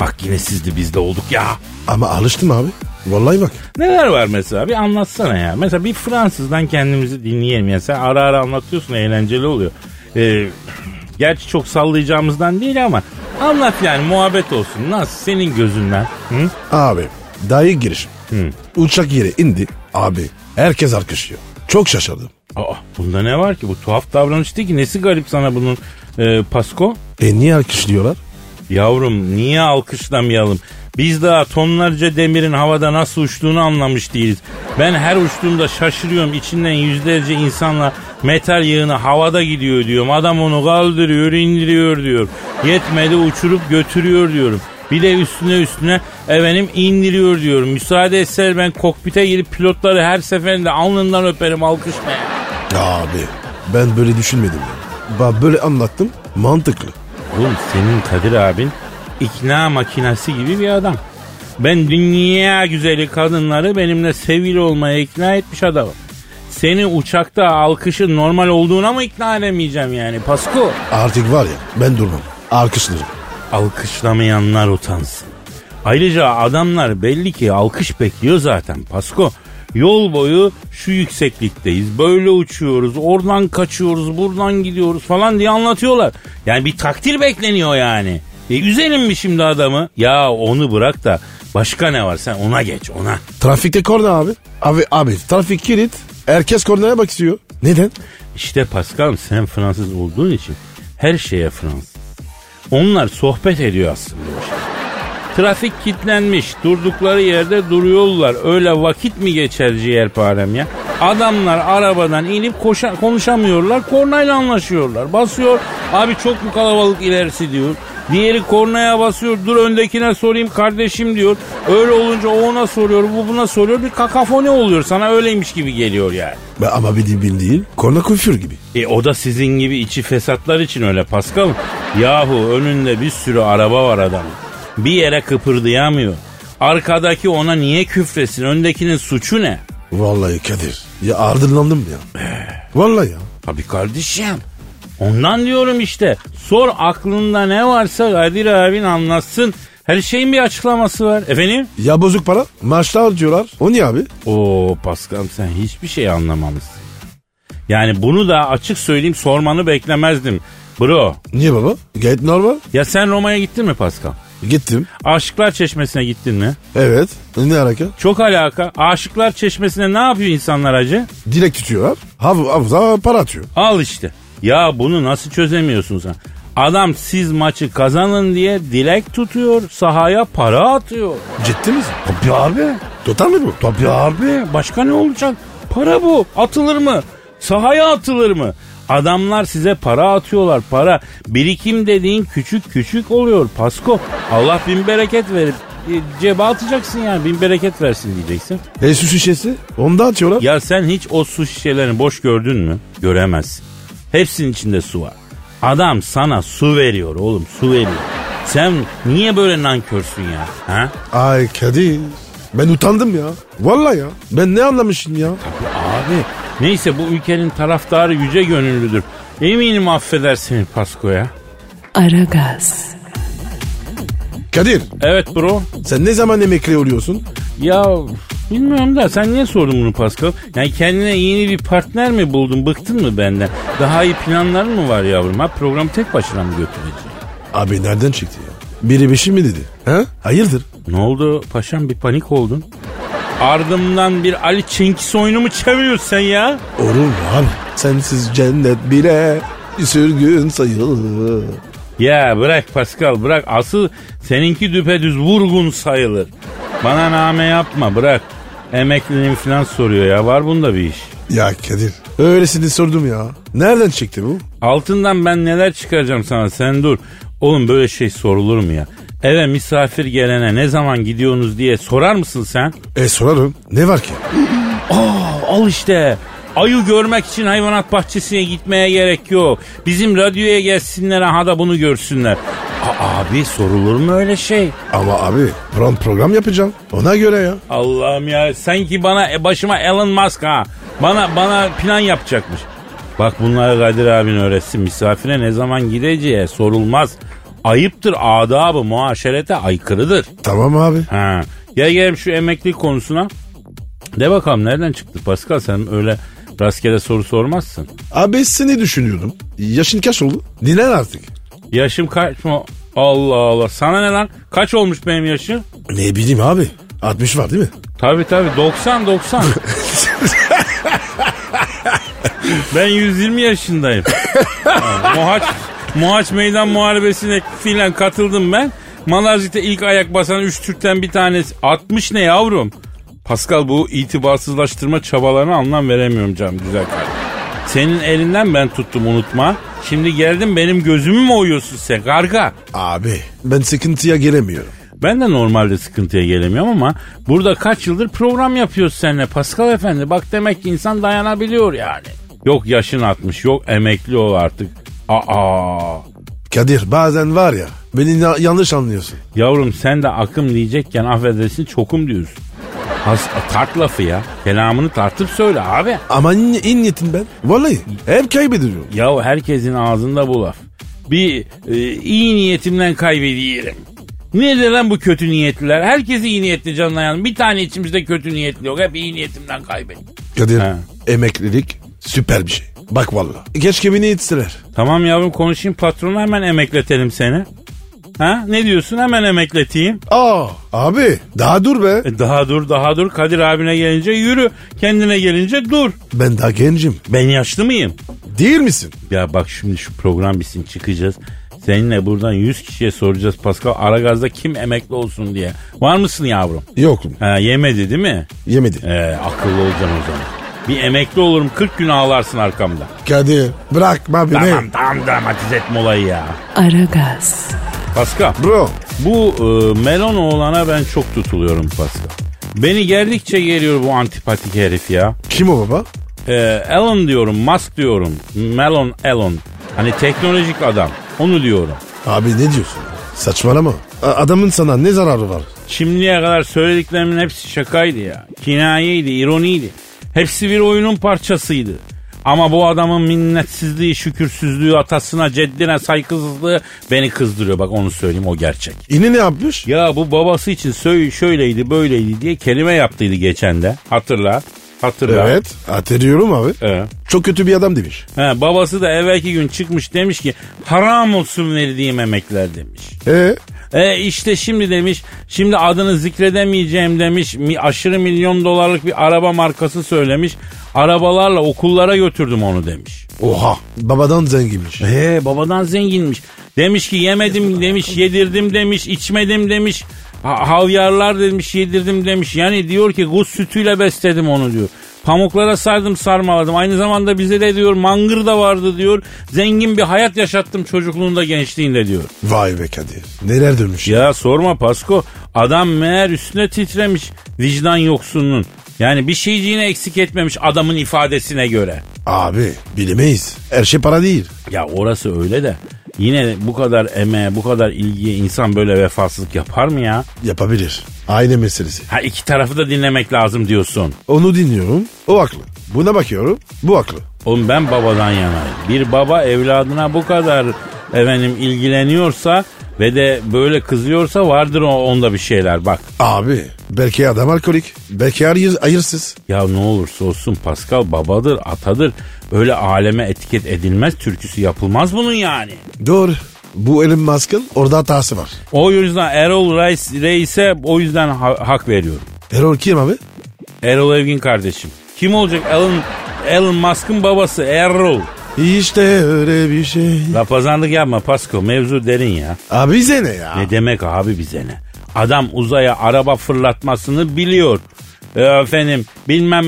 Speaker 2: Bak yine siz de biz de olduk ya.
Speaker 3: Ama alıştım abi. Vallahi bak.
Speaker 2: Neler var mesela? Bir anlatsana ya. Mesela bir Fransızdan kendimizi dinleyelim. ya. sen ara ara anlatıyorsun eğlenceli oluyor. Ee, gerçi çok sallayacağımızdan değil ama Anlat yani muhabbet olsun. Nasıl senin gözünden? Hı?
Speaker 3: Abi dayı giriş. Uçak yere indi. Abi herkes arkışıyor. Çok şaşırdım.
Speaker 2: Aa, bunda ne var ki? Bu tuhaf davranış değil ki. Nesi garip sana bunun e, Pasko?
Speaker 3: E niye alkışlıyorlar?
Speaker 2: Yavrum niye alkışlamayalım? Biz daha tonlarca demirin havada nasıl uçtuğunu anlamış değiliz. Ben her uçtuğumda şaşırıyorum. İçinden yüzlerce insanla metal yığını havada gidiyor diyorum. Adam onu kaldırıyor, indiriyor diyor. Yetmedi uçurup götürüyor diyorum. Bir de üstüne üstüne efendim indiriyor diyorum. Müsaade etseler ben kokpite girip pilotları her seferinde alnından öperim alkışla.
Speaker 3: Abi ben böyle düşünmedim. ya. Bak böyle anlattım mantıklı.
Speaker 2: Oğlum senin Kadir abin ikna makinesi gibi bir adam. Ben dünya güzeli kadınları benimle sevgili olmaya ikna etmiş adamım. Seni uçakta alkışın normal olduğuna mı ikna edemeyeceğim yani Pasko?
Speaker 3: Artık var ya ben durmam. Alkışlarım.
Speaker 2: Alkışlamayanlar utansın. Ayrıca adamlar belli ki alkış bekliyor zaten Pasko. Yol boyu şu yükseklikteyiz, böyle uçuyoruz, oradan kaçıyoruz, buradan gidiyoruz falan diye anlatıyorlar. Yani bir takdir bekleniyor yani. E üzelim mi şimdi adamı? Ya onu bırak da başka ne var sen ona geç ona.
Speaker 3: Trafikte korna abi. Abi abi trafik kilit. Herkes kornaya bak istiyor. Neden?
Speaker 2: İşte Pascal sen Fransız olduğun için her şeye Fransız. Onlar sohbet ediyor aslında o şey. Trafik kilitlenmiş. Durdukları yerde duruyorlar. Öyle vakit mi geçer ciğerparem ya? Adamlar arabadan inip koşa, konuşamıyorlar. Kornayla anlaşıyorlar. Basıyor. Abi çok mu kalabalık ilerisi diyor. Diğeri kornaya basıyor. Dur öndekine sorayım kardeşim diyor. Öyle olunca o ona soruyor. Bu buna soruyor. Bir kakafoni oluyor. Sana öyleymiş gibi geliyor yani.
Speaker 3: Be- Ama bir bildiğin korna küfür gibi.
Speaker 2: E o da sizin gibi içi fesatlar için öyle Pascal. Yahu önünde bir sürü araba var adam. Bir yere kıpırdayamıyor. Arkadaki ona niye küfresin? Öndekinin suçu ne?
Speaker 3: Vallahi Kadir. Ya ardınlandım ya. Vallahi ya.
Speaker 2: Tabii kardeşim. Ondan diyorum işte. Sor aklında ne varsa Kadir abin anlatsın. Her şeyin bir açıklaması var. Efendim?
Speaker 3: Ya bozuk para. Maaşla harcıyorlar. O niye abi?
Speaker 2: Oo Pascal sen hiçbir şey anlamamışsın. Yani bunu da açık söyleyeyim sormanı beklemezdim. Bro
Speaker 3: Niye baba? Gayet normal.
Speaker 2: ya sen Roma'ya gittin mi Pascal?
Speaker 3: Gittim.
Speaker 2: Aşıklar Çeşmesi'ne gittin mi?
Speaker 3: Evet. Ne hareket?
Speaker 2: Çok alaka. Aşıklar Çeşmesi'ne ne yapıyor insanlar acı?
Speaker 3: Dilek tutuyorlar. Hav havuza para atıyor.
Speaker 2: Al işte. Ya bunu nasıl çözemiyorsun sen? Adam siz maçı kazanın diye dilek tutuyor, sahaya para atıyor.
Speaker 3: Ciddi misin?
Speaker 2: Tabii abi.
Speaker 3: Total mi bu?
Speaker 2: Tabii abi. Başka ne olacak? Para bu. Atılır mı? Sahaya atılır mı? Adamlar size para atıyorlar para. Birikim dediğin küçük küçük oluyor Pasko. Allah bin bereket verip e, cebe atacaksın yani bin bereket versin diyeceksin.
Speaker 3: E su şişesi? Onu da atıyorlar.
Speaker 2: Ya sen hiç o su şişelerini boş gördün mü? Göremezsin. Hepsinin içinde su var. Adam sana su veriyor oğlum su veriyor. Sen niye böyle nankörsün ya? Ha?
Speaker 3: Ay Kadir. Ben utandım ya. Vallahi ya. Ben ne anlamışım ya?
Speaker 2: Abi neyse bu ülkenin taraftarı yüce gönüllüdür. Eminim affeder seni Pasko'ya.
Speaker 1: Aragaz.
Speaker 3: Kadir
Speaker 2: Evet bro.
Speaker 3: sen ne zaman emekli oluyorsun?
Speaker 2: Ya bilmiyorum da sen niye sordun bunu Pasko? Yani kendine yeni bir partner mi buldun? Bıktın mı benden? Daha iyi planların mı var yavrum? Ha programı tek başına mı götüreceksin?
Speaker 3: Abi nereden çıktı ya? Biri bir şey mi dedi? He? Hayırdır?
Speaker 2: Ne oldu paşam bir panik oldun? Ardımdan bir Ali Çenkis oyunu mu çeviriyorsun sen ya?
Speaker 3: Olur mu abi? Sensiz cennet bile sürgün sayılır.
Speaker 2: Ya bırak Pascal bırak asıl seninki düpedüz vurgun sayılır. Bana name yapma bırak. Emekliliğin falan soruyor ya var bunda bir iş.
Speaker 3: Ya Kadir öylesini sordum ya. Nereden çıktı bu?
Speaker 2: Altından ben neler çıkaracağım sana sen dur. Oğlum böyle şey sorulur mu ya? Eve misafir gelene ne zaman gidiyorsunuz diye sorar mısın sen?
Speaker 3: E sorarım. Ne var ki?
Speaker 2: Al işte. Ayı görmek için hayvanat bahçesine gitmeye gerek yok. Bizim radyoya gelsinler aha da bunu görsünler. A- abi sorulur mu öyle şey?
Speaker 3: Ama abi pro- program yapacağım. Ona göre ya.
Speaker 2: Allah'ım ya sanki bana e, başıma Elon Musk ha. Bana bana plan yapacakmış. Bak bunları Kadir abin öğretsin. Misafire ne zaman gideceği sorulmaz. Ayıptır adabı muaşerete aykırıdır.
Speaker 3: Tamam abi.
Speaker 2: Ha. Gel gelelim şu emekli konusuna. De bakalım nereden çıktı Pascal sen öyle rastgele soru sormazsın.
Speaker 3: Abi seni düşünüyordum. Yaşın kaç oldu? Dinlen artık.
Speaker 2: Yaşım kaç mı? Allah Allah. Sana ne lan? Kaç olmuş benim yaşım?
Speaker 3: Ne bileyim abi. 60 var değil mi?
Speaker 2: Tabii tabii 90 90. ben 120 yaşındayım. Ha, Mohaç Mohaç Meydan Muharebesi'ne filan katıldım ben. Malazgirt'te ilk ayak basan 3 Türk'ten bir tanesi. 60 ne yavrum? Pascal bu itibarsızlaştırma çabalarına anlam veremiyorum canım güzel kardeşim. Senin elinden ben tuttum unutma. Şimdi geldin benim gözümü mü oyuyorsun sen karga?
Speaker 3: Abi ben sıkıntıya giremiyorum.
Speaker 2: Ben de normalde sıkıntıya gelemiyorum ama burada kaç yıldır program yapıyoruz seninle Pascal Efendi. Bak demek ki insan dayanabiliyor yani. Yok yaşın atmış yok emekli ol artık. Aa
Speaker 3: Kadir bazen var ya beni na- yanlış anlıyorsun.
Speaker 2: yavrum sen de akım diyecekken affedersin çokum diyorsun. Has, tart lafı ya. Kelamını tartıp söyle abi.
Speaker 3: Ama in, in niyetim ben. Vallahi hep kaybediyorum.
Speaker 2: Ya herkesin ağzında bu laf. Bir e, iyi niyetimden kaybediyorum. Nerede lan bu kötü niyetliler? Herkes iyi niyetli canına yanım. Bir tane içimizde kötü niyetli yok. Hep iyi niyetimden kaybediyorum.
Speaker 3: Kadir
Speaker 2: Ha.
Speaker 3: emeklilik süper bir şey. Bak vallahi. Keşke beni yetiştiler.
Speaker 2: Tamam yavrum konuşayım patronu hemen emekletelim seni. Ha ne diyorsun hemen emekleteyim.
Speaker 3: Aa abi daha dur be.
Speaker 2: E, daha dur daha dur Kadir abine gelince yürü. Kendine gelince dur.
Speaker 3: Ben daha gencim.
Speaker 2: Ben yaşlı mıyım?
Speaker 3: Değil misin?
Speaker 2: Ya bak şimdi şu program bitsin çıkacağız. Seninle buradan 100 kişiye soracağız Pascal Aragaz'da kim emekli olsun diye. Var mısın yavrum?
Speaker 3: Yok
Speaker 2: Ha, yemedi değil mi?
Speaker 3: yemedi.
Speaker 2: Ee, akıllı olacaksın o zaman. Bir emekli olurum 40 gün ağlarsın arkamda.
Speaker 3: Kadir bırakma beni.
Speaker 2: Tamam tamam dramatize etme olayı ya.
Speaker 1: Aragaz,
Speaker 2: Pascal.
Speaker 3: Bro
Speaker 2: Bu e, melon oğlana ben çok tutuluyorum Pascal. Beni gerdikçe geliyor bu antipatik herif ya.
Speaker 3: kim o baba?
Speaker 2: E, Elon diyorum, Musk diyorum. Melon Elon. Hani teknolojik adam. Onu diyorum.
Speaker 3: Abi ne diyorsun? Saçmalama. A- adamın sana ne zararı var?
Speaker 2: Şimdiye kadar söylediklerimin hepsi şakaydı ya. Kinayeydi, ironiydi. Hepsi bir oyunun parçasıydı. Ama bu adamın minnetsizliği, şükürsüzlüğü, atasına, ceddine, saygısızlığı beni kızdırıyor. Bak onu söyleyeyim o gerçek.
Speaker 3: Yine ne yapmış?
Speaker 2: Ya bu babası için söy şöyleydi böyleydi diye kelime yaptıydı geçen de. Hatırla. Hatırla.
Speaker 3: Evet. Hatırlıyorum abi.
Speaker 2: Ee,
Speaker 3: Çok kötü bir adam demiş.
Speaker 2: he, babası da evvelki gün çıkmış demiş ki haram olsun verdiğim emekler demiş.
Speaker 3: E
Speaker 2: E işte şimdi demiş şimdi adını zikredemeyeceğim demiş mi, aşırı milyon dolarlık bir araba markası söylemiş. Arabalarla okullara götürdüm onu demiş.
Speaker 3: oha babadan zenginmiş.
Speaker 2: He babadan zenginmiş. Demiş ki yemedim demiş, yedirdim demiş, içmedim demiş. ha- Havyarlar demiş, yedirdim demiş. Yani diyor ki kuz sütüyle besledim onu diyor. Pamuklara sardım sarmaladım. Aynı zamanda bize de diyor mangır da vardı diyor. Zengin bir hayat yaşattım çocukluğunda gençliğinde diyor.
Speaker 3: Vay be Kadir. Neler dönmüş.
Speaker 2: Ya sorma Pasko. Adam meğer üstüne titremiş vicdan yoksunluğun. Yani bir şeyciğini eksik etmemiş adamın ifadesine göre.
Speaker 3: Abi bilemeyiz. Her şey para değil.
Speaker 2: Ya orası öyle de yine bu kadar emeğe bu kadar ilgiye insan böyle vefasızlık yapar mı ya?
Speaker 3: Yapabilir. Aile meselesi.
Speaker 2: Ha iki tarafı da dinlemek lazım diyorsun.
Speaker 3: Onu dinliyorum. O haklı. Buna bakıyorum. Bu haklı.
Speaker 2: Oğlum ben babadan yanayım. Bir baba evladına bu kadar efendim ilgileniyorsa ve de böyle kızıyorsa vardır o- onda bir şeyler bak.
Speaker 3: Abi belki adam alkolik. Belki ayır, ayırsız.
Speaker 2: Ya ne olursa olsun Pascal babadır, atadır. Öyle aleme etiket edilmez, türküsü yapılmaz bunun yani.
Speaker 3: Doğru. Bu Elon Musk'ın orada hatası var.
Speaker 2: O yüzden Erol Reis, Reis'e o yüzden ha- hak veriyorum.
Speaker 3: Erol kim abi?
Speaker 2: Erol Evgin kardeşim. Kim olacak? Elon, Elon Musk'ın babası Errol.
Speaker 3: İşte öyle bir şey.
Speaker 2: La pazarlık yapma Pasko mevzu derin ya.
Speaker 3: Abi bize ne ya?
Speaker 2: Ne demek abi bize ne? Adam uzaya araba fırlatmasını biliyor. Ee, Efendim bilmem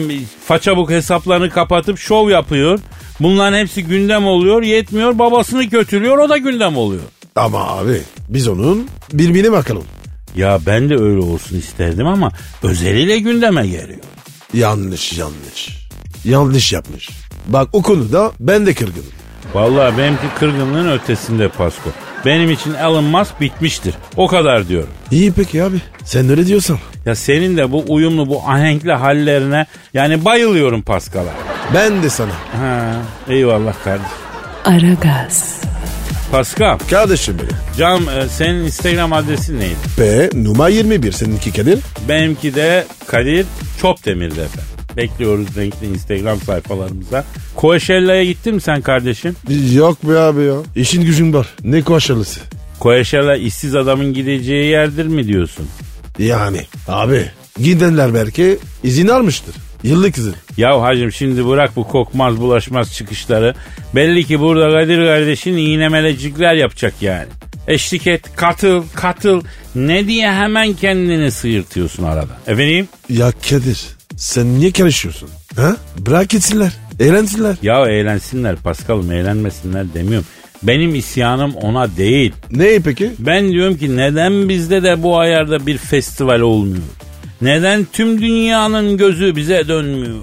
Speaker 2: façabuk hesaplarını kapatıp şov yapıyor. Bunların hepsi gündem oluyor yetmiyor babasını kötülüyor o da gündem oluyor.
Speaker 3: Ama abi biz onun birbirine bakalım.
Speaker 2: Ya ben de öyle olsun isterdim ama özeliyle gündeme geliyor.
Speaker 3: Yanlış yanlış. Yanlış yapmış. Bak o konuda ben de kırgınım.
Speaker 2: Vallahi benimki kırgınlığın ötesinde Pasko. Benim için Elon Musk bitmiştir. O kadar diyorum.
Speaker 3: İyi peki abi. Sen öyle diyorsan.
Speaker 2: Ya senin de bu uyumlu bu ahenkli hallerine yani bayılıyorum Paskal'a.
Speaker 3: Ben de sana.
Speaker 2: Ha, eyvallah kardeşim.
Speaker 1: Aragaz,
Speaker 2: Paskal,
Speaker 3: Kardeşim benim.
Speaker 2: canım e, senin Instagram adresin neydi?
Speaker 3: P numara 21 seninki Kadir.
Speaker 2: Benimki de Kadir Çopdemir'di efendim. Bekliyoruz renkli Instagram sayfalarımıza. Coachella'ya gittin mi sen kardeşim?
Speaker 3: Yok be abi ya. İşin gücün var. Ne koşarlısı.
Speaker 2: Koeşer'le işsiz adamın gideceği yerdir mi diyorsun?
Speaker 3: Yani abi gidenler belki izin almıştır. Yıllık izin.
Speaker 2: Ya hacım şimdi bırak bu kokmaz bulaşmaz çıkışları. Belli ki burada Kadir kardeşin iğnemelecikler yapacak yani. Eşlik et, katıl, katıl. Ne diye hemen kendini sıyırtıyorsun arada. Efendim?
Speaker 3: Ya Kadir sen niye karışıyorsun? Ha? Bırak gitsinler. Eğlensinler.
Speaker 2: Ya eğlensinler Paskal'ım eğlenmesinler demiyorum. Benim isyanım ona değil.
Speaker 3: Ne peki?
Speaker 2: Ben diyorum ki neden bizde de bu ayarda bir festival olmuyor? Neden tüm dünyanın gözü bize dönmüyor?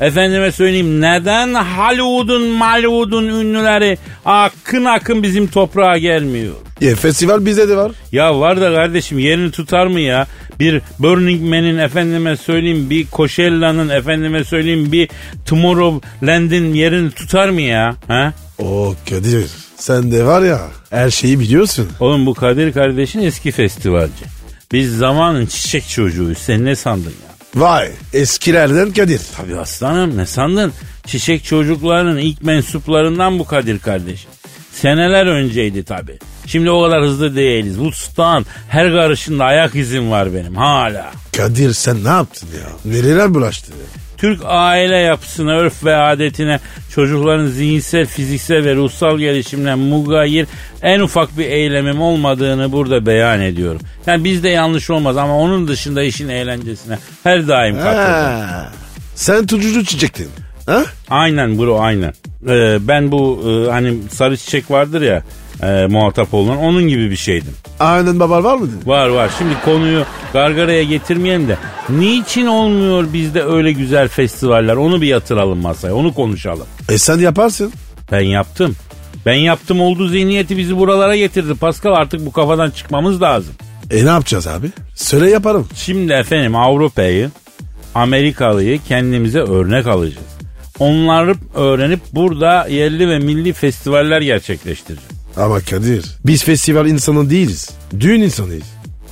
Speaker 2: Efendime söyleyeyim neden Hollywood'un Malwood'un ünlüleri akın akın bizim toprağa gelmiyor?
Speaker 3: Ya, E, festival bizde de var.
Speaker 2: Ya var da kardeşim yerini tutar mı ya? Bir Burning Man'in efendime söyleyeyim bir Coachella'nın efendime söyleyeyim bir Tomorrowland'in yerini tutar mı ya? Ha?
Speaker 3: O Kadir sen de var ya her şeyi biliyorsun.
Speaker 2: Oğlum bu Kadir kardeşin eski festivalci. Biz zamanın çiçek çocuğuyuz. Sen ne sandın ya?
Speaker 3: Vay eskilerden Kadir.
Speaker 2: Tabii aslanım ne sandın? Çiçek çocuklarının ilk mensuplarından bu Kadir kardeş. Seneler önceydi tabii. Şimdi o kadar hızlı değiliz. Woodstock'tan her karışında ayak izim var benim hala.
Speaker 3: Kadir sen ne yaptın ya? Nereler bulaştı? ya?
Speaker 2: Türk aile yapısına, örf ve adetine, çocukların zihinsel, fiziksel ve ruhsal gelişimine mugayir en ufak bir eylemim olmadığını burada beyan ediyorum. Yani bizde yanlış olmaz ama onun dışında işin eğlencesine her daim katılırım.
Speaker 3: Ha. Sen tutucu çiçektin. Ha?
Speaker 2: Aynen bro aynen. Ee, ben bu e, hani sarı çiçek vardır ya e, muhatap olan onun gibi bir şeydim.
Speaker 3: Aynen babar var mıydı?
Speaker 2: Var var. Şimdi konuyu gargaraya getirmeyelim de niçin olmuyor bizde öyle güzel festivaller? Onu bir yatıralım masaya. Onu konuşalım.
Speaker 3: E sen yaparsın.
Speaker 2: Ben yaptım. Ben yaptım oldu zihniyeti bizi buralara getirdi. Pascal artık bu kafadan çıkmamız lazım.
Speaker 3: E ne yapacağız abi? Söyle yaparım.
Speaker 2: Şimdi efendim Avrupa'yı, Amerikalı'yı kendimize örnek alacağız. Onları öğrenip burada yerli ve milli festivaller gerçekleştireceğiz.
Speaker 3: Ama Kadir biz festival insanı değiliz. Düğün insanıyız.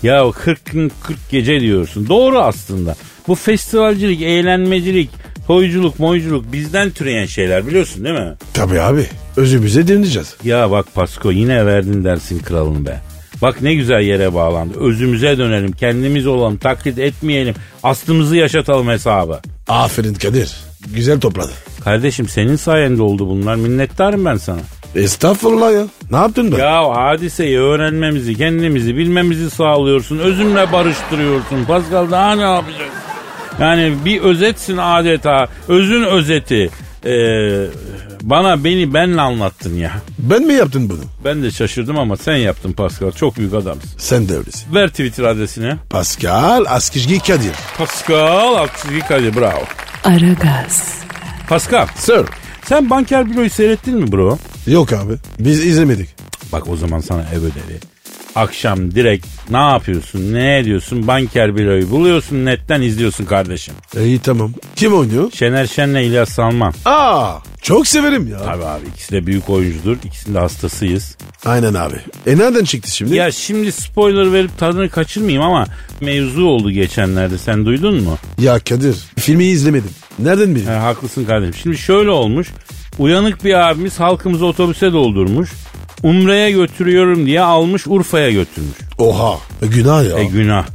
Speaker 2: Ya 40 gün 40 gece diyorsun. Doğru aslında. Bu festivalcilik, eğlenmecilik, toyculuk, moyculuk bizden türeyen şeyler biliyorsun değil mi?
Speaker 3: Tabii abi. Özümüze dinleyeceğiz.
Speaker 2: Ya bak Pasko yine verdin dersin kralını be. Bak ne güzel yere bağlandı. Özümüze dönelim, kendimiz olalım, taklit etmeyelim. Aslımızı yaşatalım hesabı.
Speaker 3: Aferin Kadir. Güzel topladı.
Speaker 2: Kardeşim senin sayende oldu bunlar. Minnettarım ben sana.
Speaker 3: Estağfurullah ya. Ne yaptın be?
Speaker 2: Ya hadiseyi öğrenmemizi, kendimizi bilmemizi sağlıyorsun. Özünle barıştırıyorsun. Pascal daha ne yapacak? Yani bir özetsin adeta. Özün özeti. Ee, bana beni benle anlattın ya.
Speaker 3: Ben mi yaptın bunu?
Speaker 2: Ben de şaşırdım ama sen yaptın Pascal. Çok büyük adamsın.
Speaker 3: Sen de öylesin.
Speaker 2: Ver Twitter adresini.
Speaker 3: Pascal Askizgi Kadir.
Speaker 2: Pascal Askizgi Kadir bravo.
Speaker 1: Aragaz.
Speaker 2: Pascal
Speaker 3: Sir.
Speaker 2: sen Banker Bilo'yu seyrettin mi bro?
Speaker 3: Yok abi. Biz izlemedik.
Speaker 2: Bak o zaman sana ev ödevi. Akşam direkt ne yapıyorsun ne ediyorsun Banker Bilo'yu buluyorsun netten izliyorsun kardeşim.
Speaker 3: İyi E, tamam. Kim oynuyor?
Speaker 2: Şener Şen'le İlyas Salman.
Speaker 3: Aa çok severim ya.
Speaker 2: Abi abi ikisi de büyük oyuncudur. İkisinin de hastasıyız.
Speaker 3: Aynen abi. E nereden çıktı şimdi?
Speaker 2: Ya şimdi spoiler verip tadını kaçırmayayım ama mevzu oldu geçenlerde. Sen duydun mu?
Speaker 3: Ya Kadir filmi izlemedim. Nereden
Speaker 2: He,
Speaker 3: bildin?
Speaker 2: haklısın kardeşim. Şimdi şöyle olmuş. Uyanık bir abimiz halkımızı otobüse doldurmuş. Umre'ye götürüyorum diye almış Urfa'ya götürmüş.
Speaker 3: Oha. E, günah ya.
Speaker 2: E günah.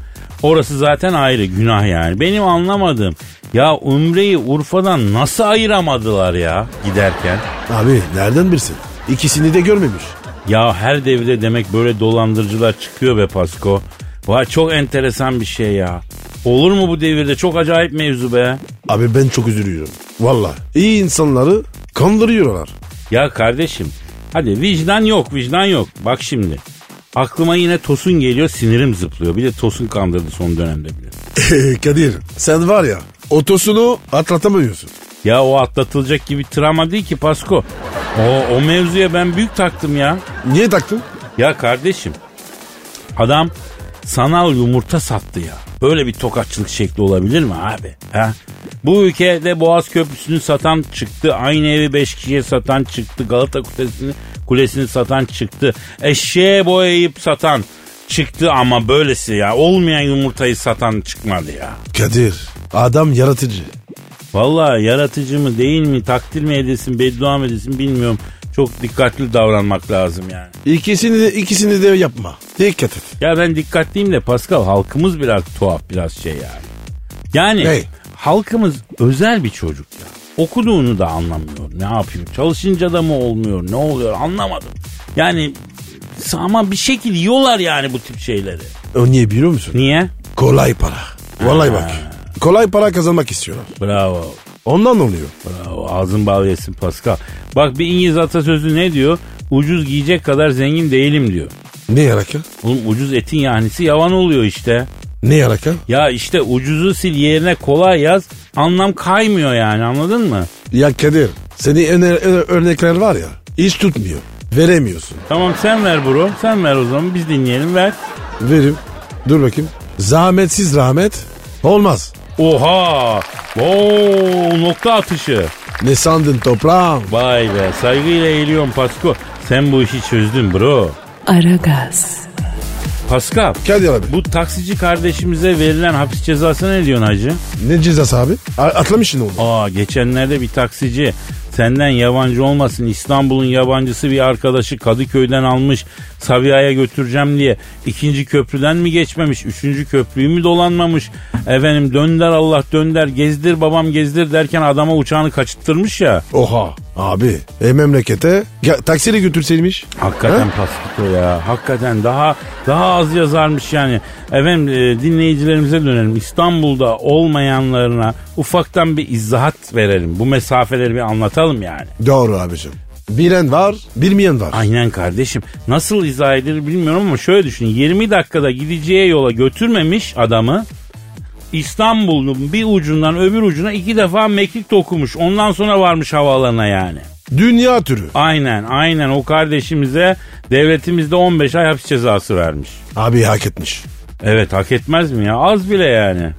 Speaker 2: Orası zaten ayrı günah yani. Benim anlamadığım ya Umre'yi Urfa'dan nasıl ayıramadılar ya giderken?
Speaker 3: abi nereden bilsin? İkisini de görmemiş.
Speaker 2: Ya her devirde demek böyle dolandırıcılar çıkıyor be Pasko. Vay çok enteresan bir şey ya. Olur mu bu devirde? Çok acayip mevzu be.
Speaker 3: Abi ben çok üzülüyorum. Valla. İyi insanları kandırıyorlar.
Speaker 2: Ya kardeşim hadi vicdan yok vicdan yok. Bak şimdi aklıma yine Tosun geliyor sinirim zıplıyor. Bir de Tosun kandırdı son dönemde bile.
Speaker 3: E, Kadir sen var ya otosunu atlatamıyorsun.
Speaker 2: Ya o atlatılacak gibi travma değil ki Pasko. O, o mevzuya ben büyük taktım ya.
Speaker 3: Niye taktın?
Speaker 2: Ya kardeşim adam sanal yumurta sattı ya. Böyle bir tokatçılık şekli olabilir mi abi? Ha? Bu ülkede Boğaz Köprüsü'nü satan çıktı. Aynı evi 5 kişiye satan çıktı. Galata Kulesi'ni, kulesini satan çıktı. Eşeğe boyayıp satan çıktı ama böylesi ya. Olmayan yumurtayı satan çıkmadı ya.
Speaker 3: Kadir adam yaratıcı.
Speaker 2: Vallahi yaratıcı mı değil mi takdir mi edesin beddua mı edesin bilmiyorum. çok dikkatli davranmak lazım yani.
Speaker 3: İkisini de, ikisini de yapma. Dikkat et.
Speaker 2: Ya ben dikkatliyim de Pascal halkımız biraz tuhaf biraz şey yani. Yani
Speaker 3: Ney?
Speaker 2: halkımız özel bir çocuk ya. Okuduğunu da anlamıyor. Ne yapıyor? Çalışınca da mı olmuyor? Ne oluyor? Anlamadım. Yani ama bir şekil yiyorlar yani bu tip şeyleri.
Speaker 3: O E, niye biliyor musun?
Speaker 2: Niye?
Speaker 3: Kolay para. Vallahi bak. Kolay para kazanmak istiyorlar.
Speaker 2: Bravo.
Speaker 3: Ondan oluyor.
Speaker 2: Bravo. Ağzın bal yesin Pascal. Bak bir İngiliz atasözü ne diyor? Ucuz giyecek kadar zengin değilim diyor.
Speaker 3: Ne alaka?
Speaker 2: Oğlum ucuz etin yahnisi yavan oluyor işte.
Speaker 3: Ne alaka?
Speaker 2: Ya işte ucuzu sil yerine kolay yaz. Anlam kaymıyor yani anladın mı?
Speaker 3: Ya Kadir senin öne- öne- örnekler var ya hiç tutmuyor. Veremiyorsun.
Speaker 2: Tamam sen ver bro. Sen ver o zaman biz dinleyelim ver.
Speaker 3: Verim. Dur bakayım. Zahmetsiz rahmet olmaz.
Speaker 2: Oha! Oo, nokta atışı.
Speaker 3: Ne sandın toprağım?
Speaker 2: Vay be saygıyla eğiliyorum Pasko. Sen bu işi çözdün bro.
Speaker 1: Aragaz,
Speaker 2: Pascal
Speaker 3: Kadir abi.
Speaker 2: bu taksici kardeşimize verilen hapis cezasına ne diyorsun hacı?
Speaker 3: Ne cezası abi? A- Atlamışsın oldu.
Speaker 2: Aa geçenlerde bir taksici senden yabancı olmasın İstanbul'un yabancısı bir arkadaşı Kadıköy'den almış Sabiha'ya götüreceğim diye ikinci köprüden mi geçmemiş üçüncü köprüyü mü dolanmamış efendim dönder Allah dönder gezdir babam gezdir derken adama uçağını kaçırttırmış ya
Speaker 3: Oha. Abi e, memlekete ya, taksiyle götürseymiş.
Speaker 2: Hakikaten
Speaker 3: Ha?
Speaker 2: paspito ya. Hakikaten daha daha az yazarmış yani. Efendim e, dinleyicilerimize dönelim. İstanbul'da olmayanlarına ufaktan bir izahat verelim. Bu mesafeleri bir anlatalım yani.
Speaker 3: Doğru abicim. Bilen var, bilmeyen var.
Speaker 2: Aynen kardeşim. Nasıl izah edilir bilmiyorum ama şöyle düşün. 20 dakikada gideceği yola götürmemiş adamı. İstanbul'un bir ucundan öbür ucuna iki defa mekik dokumuş. Ondan sonra varmış havaalanına yani.
Speaker 3: Dünya türü.
Speaker 2: Aynen aynen o kardeşimize devletimizde 15 ay hapis cezası vermiş.
Speaker 3: Abi hak etmiş.
Speaker 2: Evet hak etmez mi ya? Az bile yani.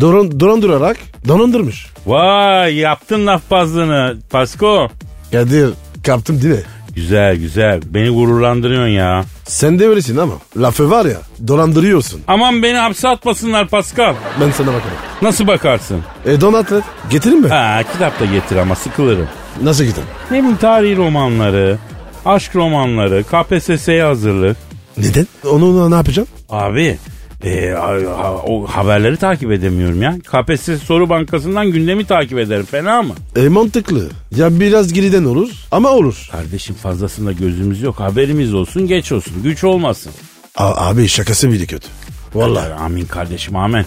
Speaker 3: Dolan, dolandırılarak dolandırmış.
Speaker 2: Vay yaptın lafbazlığını Pasko.
Speaker 3: Kadir kaptım değil mi?
Speaker 2: Güzel güzel beni gururlandırıyorsun ya.
Speaker 3: Sen de öylesin ama lafı var ya dolandırıyorsun.
Speaker 2: Aman beni hapse atmasınlar Pascal.
Speaker 3: Ben sana bakarım.
Speaker 2: Nasıl bakarsın?
Speaker 3: E donatlet getirin mi?
Speaker 2: Ha kitap da getir ama sıkılırım.
Speaker 3: Nasıl gidelim?
Speaker 2: Ne bileyim tarihi romanları, aşk romanları, KPSS'ye hazırlık.
Speaker 3: Neden? Onu, ona ne yapacağım?
Speaker 2: Abi e, ha- ha- o haberleri takip edemiyorum ya. KPSS soru bankasından gündemi takip ederim fena mı?
Speaker 3: E mantıklı. Ya biraz geriden olur ama olur.
Speaker 2: Kardeşim fazlasında gözümüz yok haberimiz olsun geç olsun güç olmasın.
Speaker 3: A- abi şakası bile kötü. Vallahi.
Speaker 2: Amin kardeşim amin.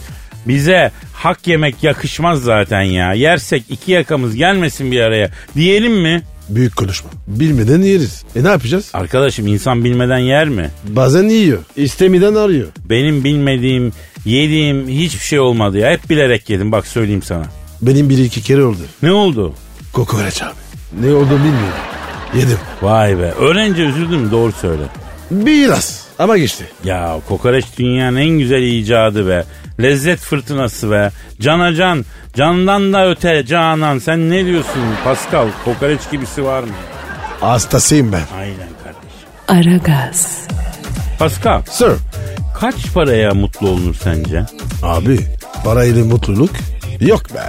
Speaker 2: Bize hak yemek yakışmaz zaten ya. Yersek iki yakamız gelmesin bir araya. Diyelim mi?
Speaker 3: Büyük konuşma. Bilmeden yeriz. E ne yapacağız?
Speaker 2: Arkadaşım insan bilmeden yer mi?
Speaker 3: Bazen yiyor. İstemeden arıyor.
Speaker 2: Benim bilmediğim, yediğim hiçbir şey olmadı ya. Hep bilerek yedim bak söyleyeyim sana.
Speaker 3: Benim bir iki kere oldu.
Speaker 2: Ne oldu?
Speaker 3: Kokoreç abi. Ne olduğunu bilmiyorum. Yedim.
Speaker 2: Vay be. Öğrenci üzüldüm doğru söyle.
Speaker 3: Biraz. Ama geçti.
Speaker 2: Ya kokoreç dünyanın en güzel icadı be. Lezzet fırtınası be. Cana can. Candan da öte canan. Sen ne diyorsun Pascal? Kokoreç gibisi var mı?
Speaker 3: Hastasıyım ben.
Speaker 2: Aynen kardeşim.
Speaker 1: Aragaz,
Speaker 2: Pascal
Speaker 3: Sir.
Speaker 2: kaç paraya mutlu olunur sence?
Speaker 3: Abi parayla mutluluk yok be.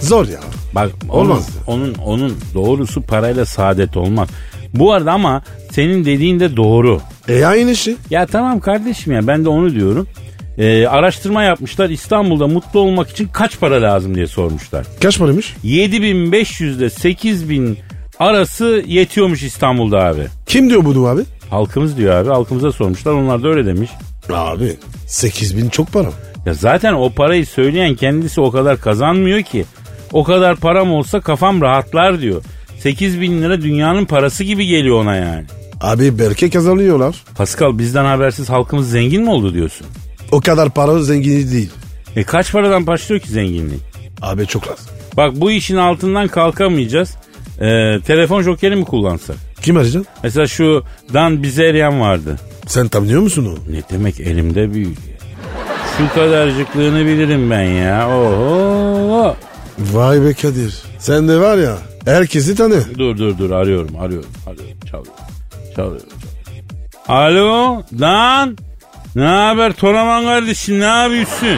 Speaker 3: Zor ya.
Speaker 2: Bak
Speaker 3: Olmaz.
Speaker 2: Onun, onun, onun doğrusu parayla saadet olmaz. Bu arada ama senin dediğin de doğru.
Speaker 3: E aynı şey.
Speaker 2: Ya tamam kardeşim ya ben de onu diyorum. Ee, araştırma yapmışlar İstanbul'da mutlu olmak için kaç para lazım diye sormuşlar.
Speaker 3: Kaç paraymış?
Speaker 2: 7500 ile 8000 arası yetiyormuş İstanbul'da abi.
Speaker 3: Kim diyor bunu abi?
Speaker 2: Halkımız diyor abi halkımıza sormuşlar onlar da öyle demiş.
Speaker 3: Abi 8 bin çok para.
Speaker 2: Ya zaten o parayı söyleyen kendisi o kadar kazanmıyor ki. O kadar param olsa kafam rahatlar diyor. 8 bin lira dünyanın parası gibi geliyor ona yani.
Speaker 3: Abi belki kazanıyorlar.
Speaker 2: Pascal bizden habersiz halkımız zengin mi oldu diyorsun?
Speaker 3: O kadar para zengini değil.
Speaker 2: E kaç paradan başlıyor ki zenginlik?
Speaker 3: Abi çok az.
Speaker 2: Bak bu işin altından kalkamayacağız. Ee, telefon jokeri mi kullansak?
Speaker 3: Kim arayacaksın?
Speaker 2: Mesela şu Dan Bizerian vardı.
Speaker 3: Sen tanıyor musun onu?
Speaker 2: Ne demek elimde büyüdü ya. Şu kadarcıklığını bilirim ben ya. Oho.
Speaker 3: Vay be Kadir. Sen de var ya herkesi tanı.
Speaker 2: Dur dur dur arıyorum arıyorum arıyorum çalıyor. Çalıyor. çalıyor. Alo lan ne haber Toraman kardeşim ne yapıyorsun?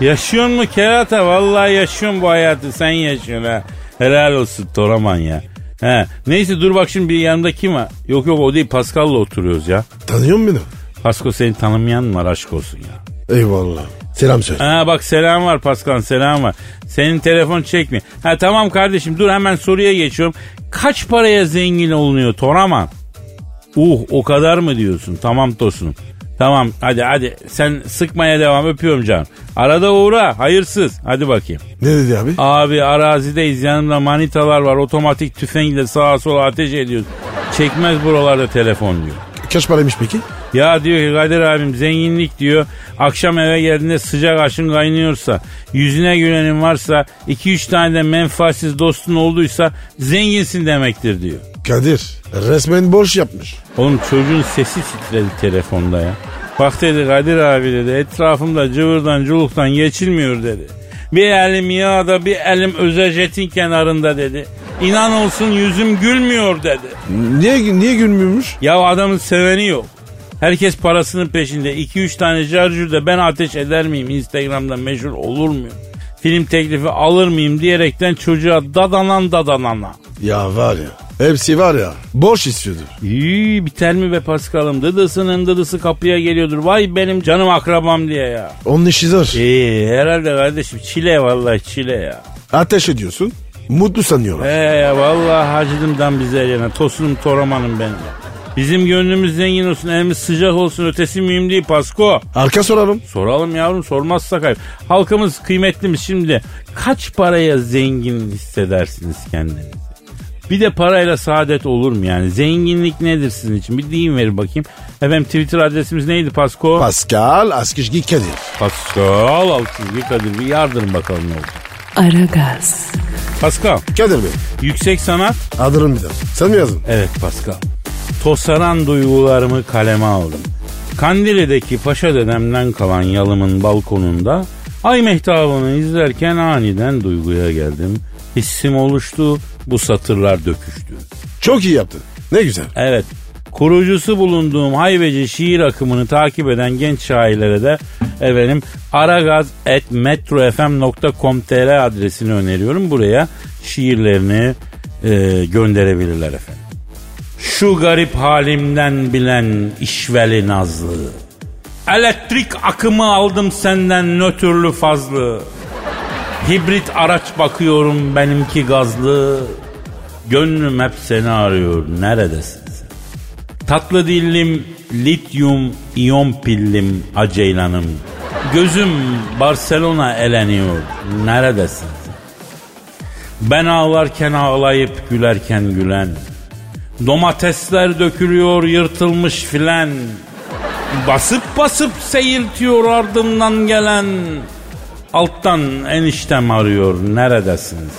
Speaker 2: Yaşıyor mu kerata? Vallahi yaşıyorum bu hayatı sen yaşıyorsun ha. Helal olsun Toraman ya. He. Neyse dur bak şimdi bir yanımda kim var? Yok yok o değil Pascal'la oturuyoruz ya.
Speaker 3: Tanıyor musun beni?
Speaker 2: Pasko seni tanımayan mı var aşk olsun ya?
Speaker 3: Eyvallah. Selam söyle.
Speaker 2: Ha bak selam var Pascal selam var. Senin telefon çekmiyor. Ha tamam kardeşim dur hemen soruya geçiyorum. Kaç paraya zengin olunuyor Toraman? Uh o kadar mı diyorsun? Tamam Tosun. Tamam hadi hadi sen sıkmaya devam öpüyorum canım. Arada uğra hayırsız. Hadi bakayım.
Speaker 3: Ne dedi abi?
Speaker 2: Abi arazideyiz yanımda manitalar var otomatik tüfekle sağa sola ateş ediyoruz. Çekmez buralarda telefon diyor.
Speaker 3: Kaç paraymış peki?
Speaker 2: Ya diyor ki Kadir abim zenginlik diyor. Akşam eve geldiğinde sıcak aşın kaynıyorsa, yüzüne gülenin varsa, 2-3 tane de menfaatsiz dostun olduysa zenginsin demektir diyor.
Speaker 3: Kadir resmen borç yapmış.
Speaker 2: Oğlum çocuğun sesi titredi telefonda ya. Bak dedi Kadir abi dedi etrafımda cıvırdan culuktan geçilmiyor dedi. Bir elim yağda bir elim özejetin kenarında dedi. İnan olsun yüzüm gülmüyor dedi.
Speaker 3: Niye niye gülmüyormuş?
Speaker 2: Ya adamın seveni yok. Herkes parasının peşinde. 2-3 tane şarjör de ben ateş eder miyim? Instagram'da meşhur olur muyum? Film teklifi alır mıyım diyerekten çocuğa dadanan dadanana.
Speaker 3: Ya var ya. Hepsi var ya. Borç istiyordur.
Speaker 2: İyi biter mi be Paskal'ım? Dıdısının dıdısı kapıya geliyordur. Vay benim canım akrabam diye ya.
Speaker 3: Onun işi zor.
Speaker 2: İyi herhalde kardeşim çile vallahi çile ya.
Speaker 3: Ateş ediyorsun. Mutlu sanıyorlar.
Speaker 2: Ee vallahi hacıdımdan bize yana. Tosunum toramanım benim. Bizim gönlümüz zengin olsun, elimiz sıcak olsun. Ötesi mühim değil Pasko.
Speaker 3: Arka soralım.
Speaker 2: Soralım yavrum sormazsak ayıp. Halkımız kıymetlimiz şimdi. Kaç paraya zengin hissedersiniz kendinizi? Bir de parayla saadet olur mu yani? Zenginlik nedir sizin için? Bir deyin verin bakayım. Efendim Twitter adresimiz neydi Pasko?
Speaker 3: Pascal Askışgi Kadir.
Speaker 2: Pascal Altçizgi Kadir bir yardırın bakalım ne oldu.
Speaker 1: Aragaz,
Speaker 2: Pascal
Speaker 3: Kadir Bey.
Speaker 2: yüksek sanat.
Speaker 3: Adırın bir de. Sen mi yazdın?
Speaker 2: Evet Pascal. Tosaran duygularımı kaleme aldım. Kandili'deki paşa dedemden kalan yalımın balkonunda ay mehtabını izlerken aniden duyguya geldim. Hissim oluştu, bu satırlar döküştü.
Speaker 3: Çok iyi yaptın. Ne güzel.
Speaker 2: Evet, kurucusu bulunduğum haybeci şiir akımını takip eden genç şairlere de efendim aragaz.metrofm.com.tr adresini öneriyorum. Buraya şiirlerini e, gönderebilirler efendim. Şu garip halimden bilen işveli nazlı. Elektrik akımı aldım senden nötrlü fazlı. Hibrit araç bakıyorum benimki gazlı. Gönlüm hep seni arıyor neredesin sen? Tatlı dillim lityum iyon pillim aceylanım. Gözüm Barcelona eleniyor neredesin sen? Ben ağlarken ağlayıp gülerken gülen. Domatesler dökülüyor yırtılmış filan. Basıp basıp seyirtiyor ardımdan gelen. Alttan eniştem arıyor neredesiniz?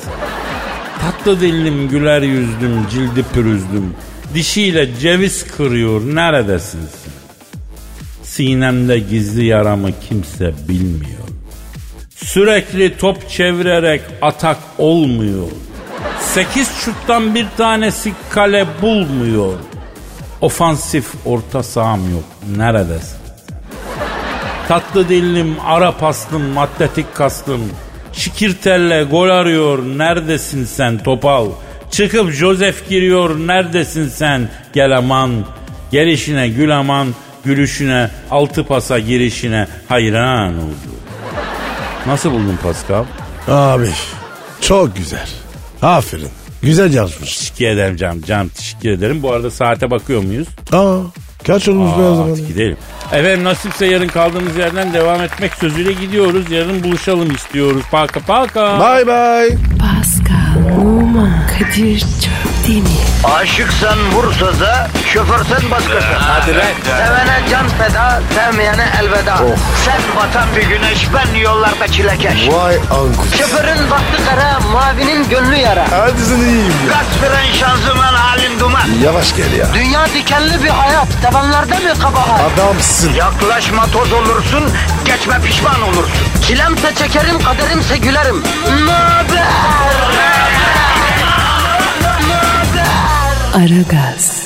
Speaker 2: Tatlı dillim güler yüzdüm cildi pürüzdüm. Dişiyle ceviz kırıyor neredesiniz? Sinemde gizli yaramı kimse bilmiyor. Sürekli top çevirerek atak olmuyor. Sekiz şuttan bir tanesi kale bulmuyor. Ofansif orta saham yok. Neredesin? Tatlı dillim, Arap aslım, atletik kaslım. Şikirtelle gol arıyor. Neredesin sen topal? Çıkıp Joseph giriyor. Neredesin sen gel aman? Gelişine gül aman, gülüşüne, altı pasa girişine hayran oldu. Nasıl buldun Pascal?
Speaker 3: Abi çok güzel. Aferin. Güzel yazmış.
Speaker 2: Teşekkür ederim canım. Canım teşekkür ederim. Bu arada saate bakıyor muyuz?
Speaker 3: Aa, kaç olmuş
Speaker 2: Aa,
Speaker 3: be o zaman?
Speaker 2: artık gidelim. Efendim nasipse yarın kaldığımız yerden devam etmek sözüyle gidiyoruz. Yarın buluşalım istiyoruz. Paka paka.
Speaker 3: Bye bye.
Speaker 1: Pascal, Oman, Kadir çok değil mi?
Speaker 4: Aşıksan vursa da şoförsen başkasın. Hadi
Speaker 5: lan.
Speaker 4: Sevene can feda, sevmeyene elveda. Sen batan bir güneş, ben yollarda çilekeş.
Speaker 3: Vay anku.
Speaker 4: Şoförün baktı kara, mavinin gönlü yara.
Speaker 3: Hadi sen iyiyim ya.
Speaker 4: Kasperen şanzıman halin duman.
Speaker 3: Yavaş gel ya.
Speaker 4: Dünya dikenli bir hayat, sevenlerde mi kabahar?
Speaker 3: Adamsın.
Speaker 4: Yaklaşma toz olursun, geçme pişman olursun. Çilemse çekerim, kaderimse gülerim. Möber!
Speaker 1: Aragaz.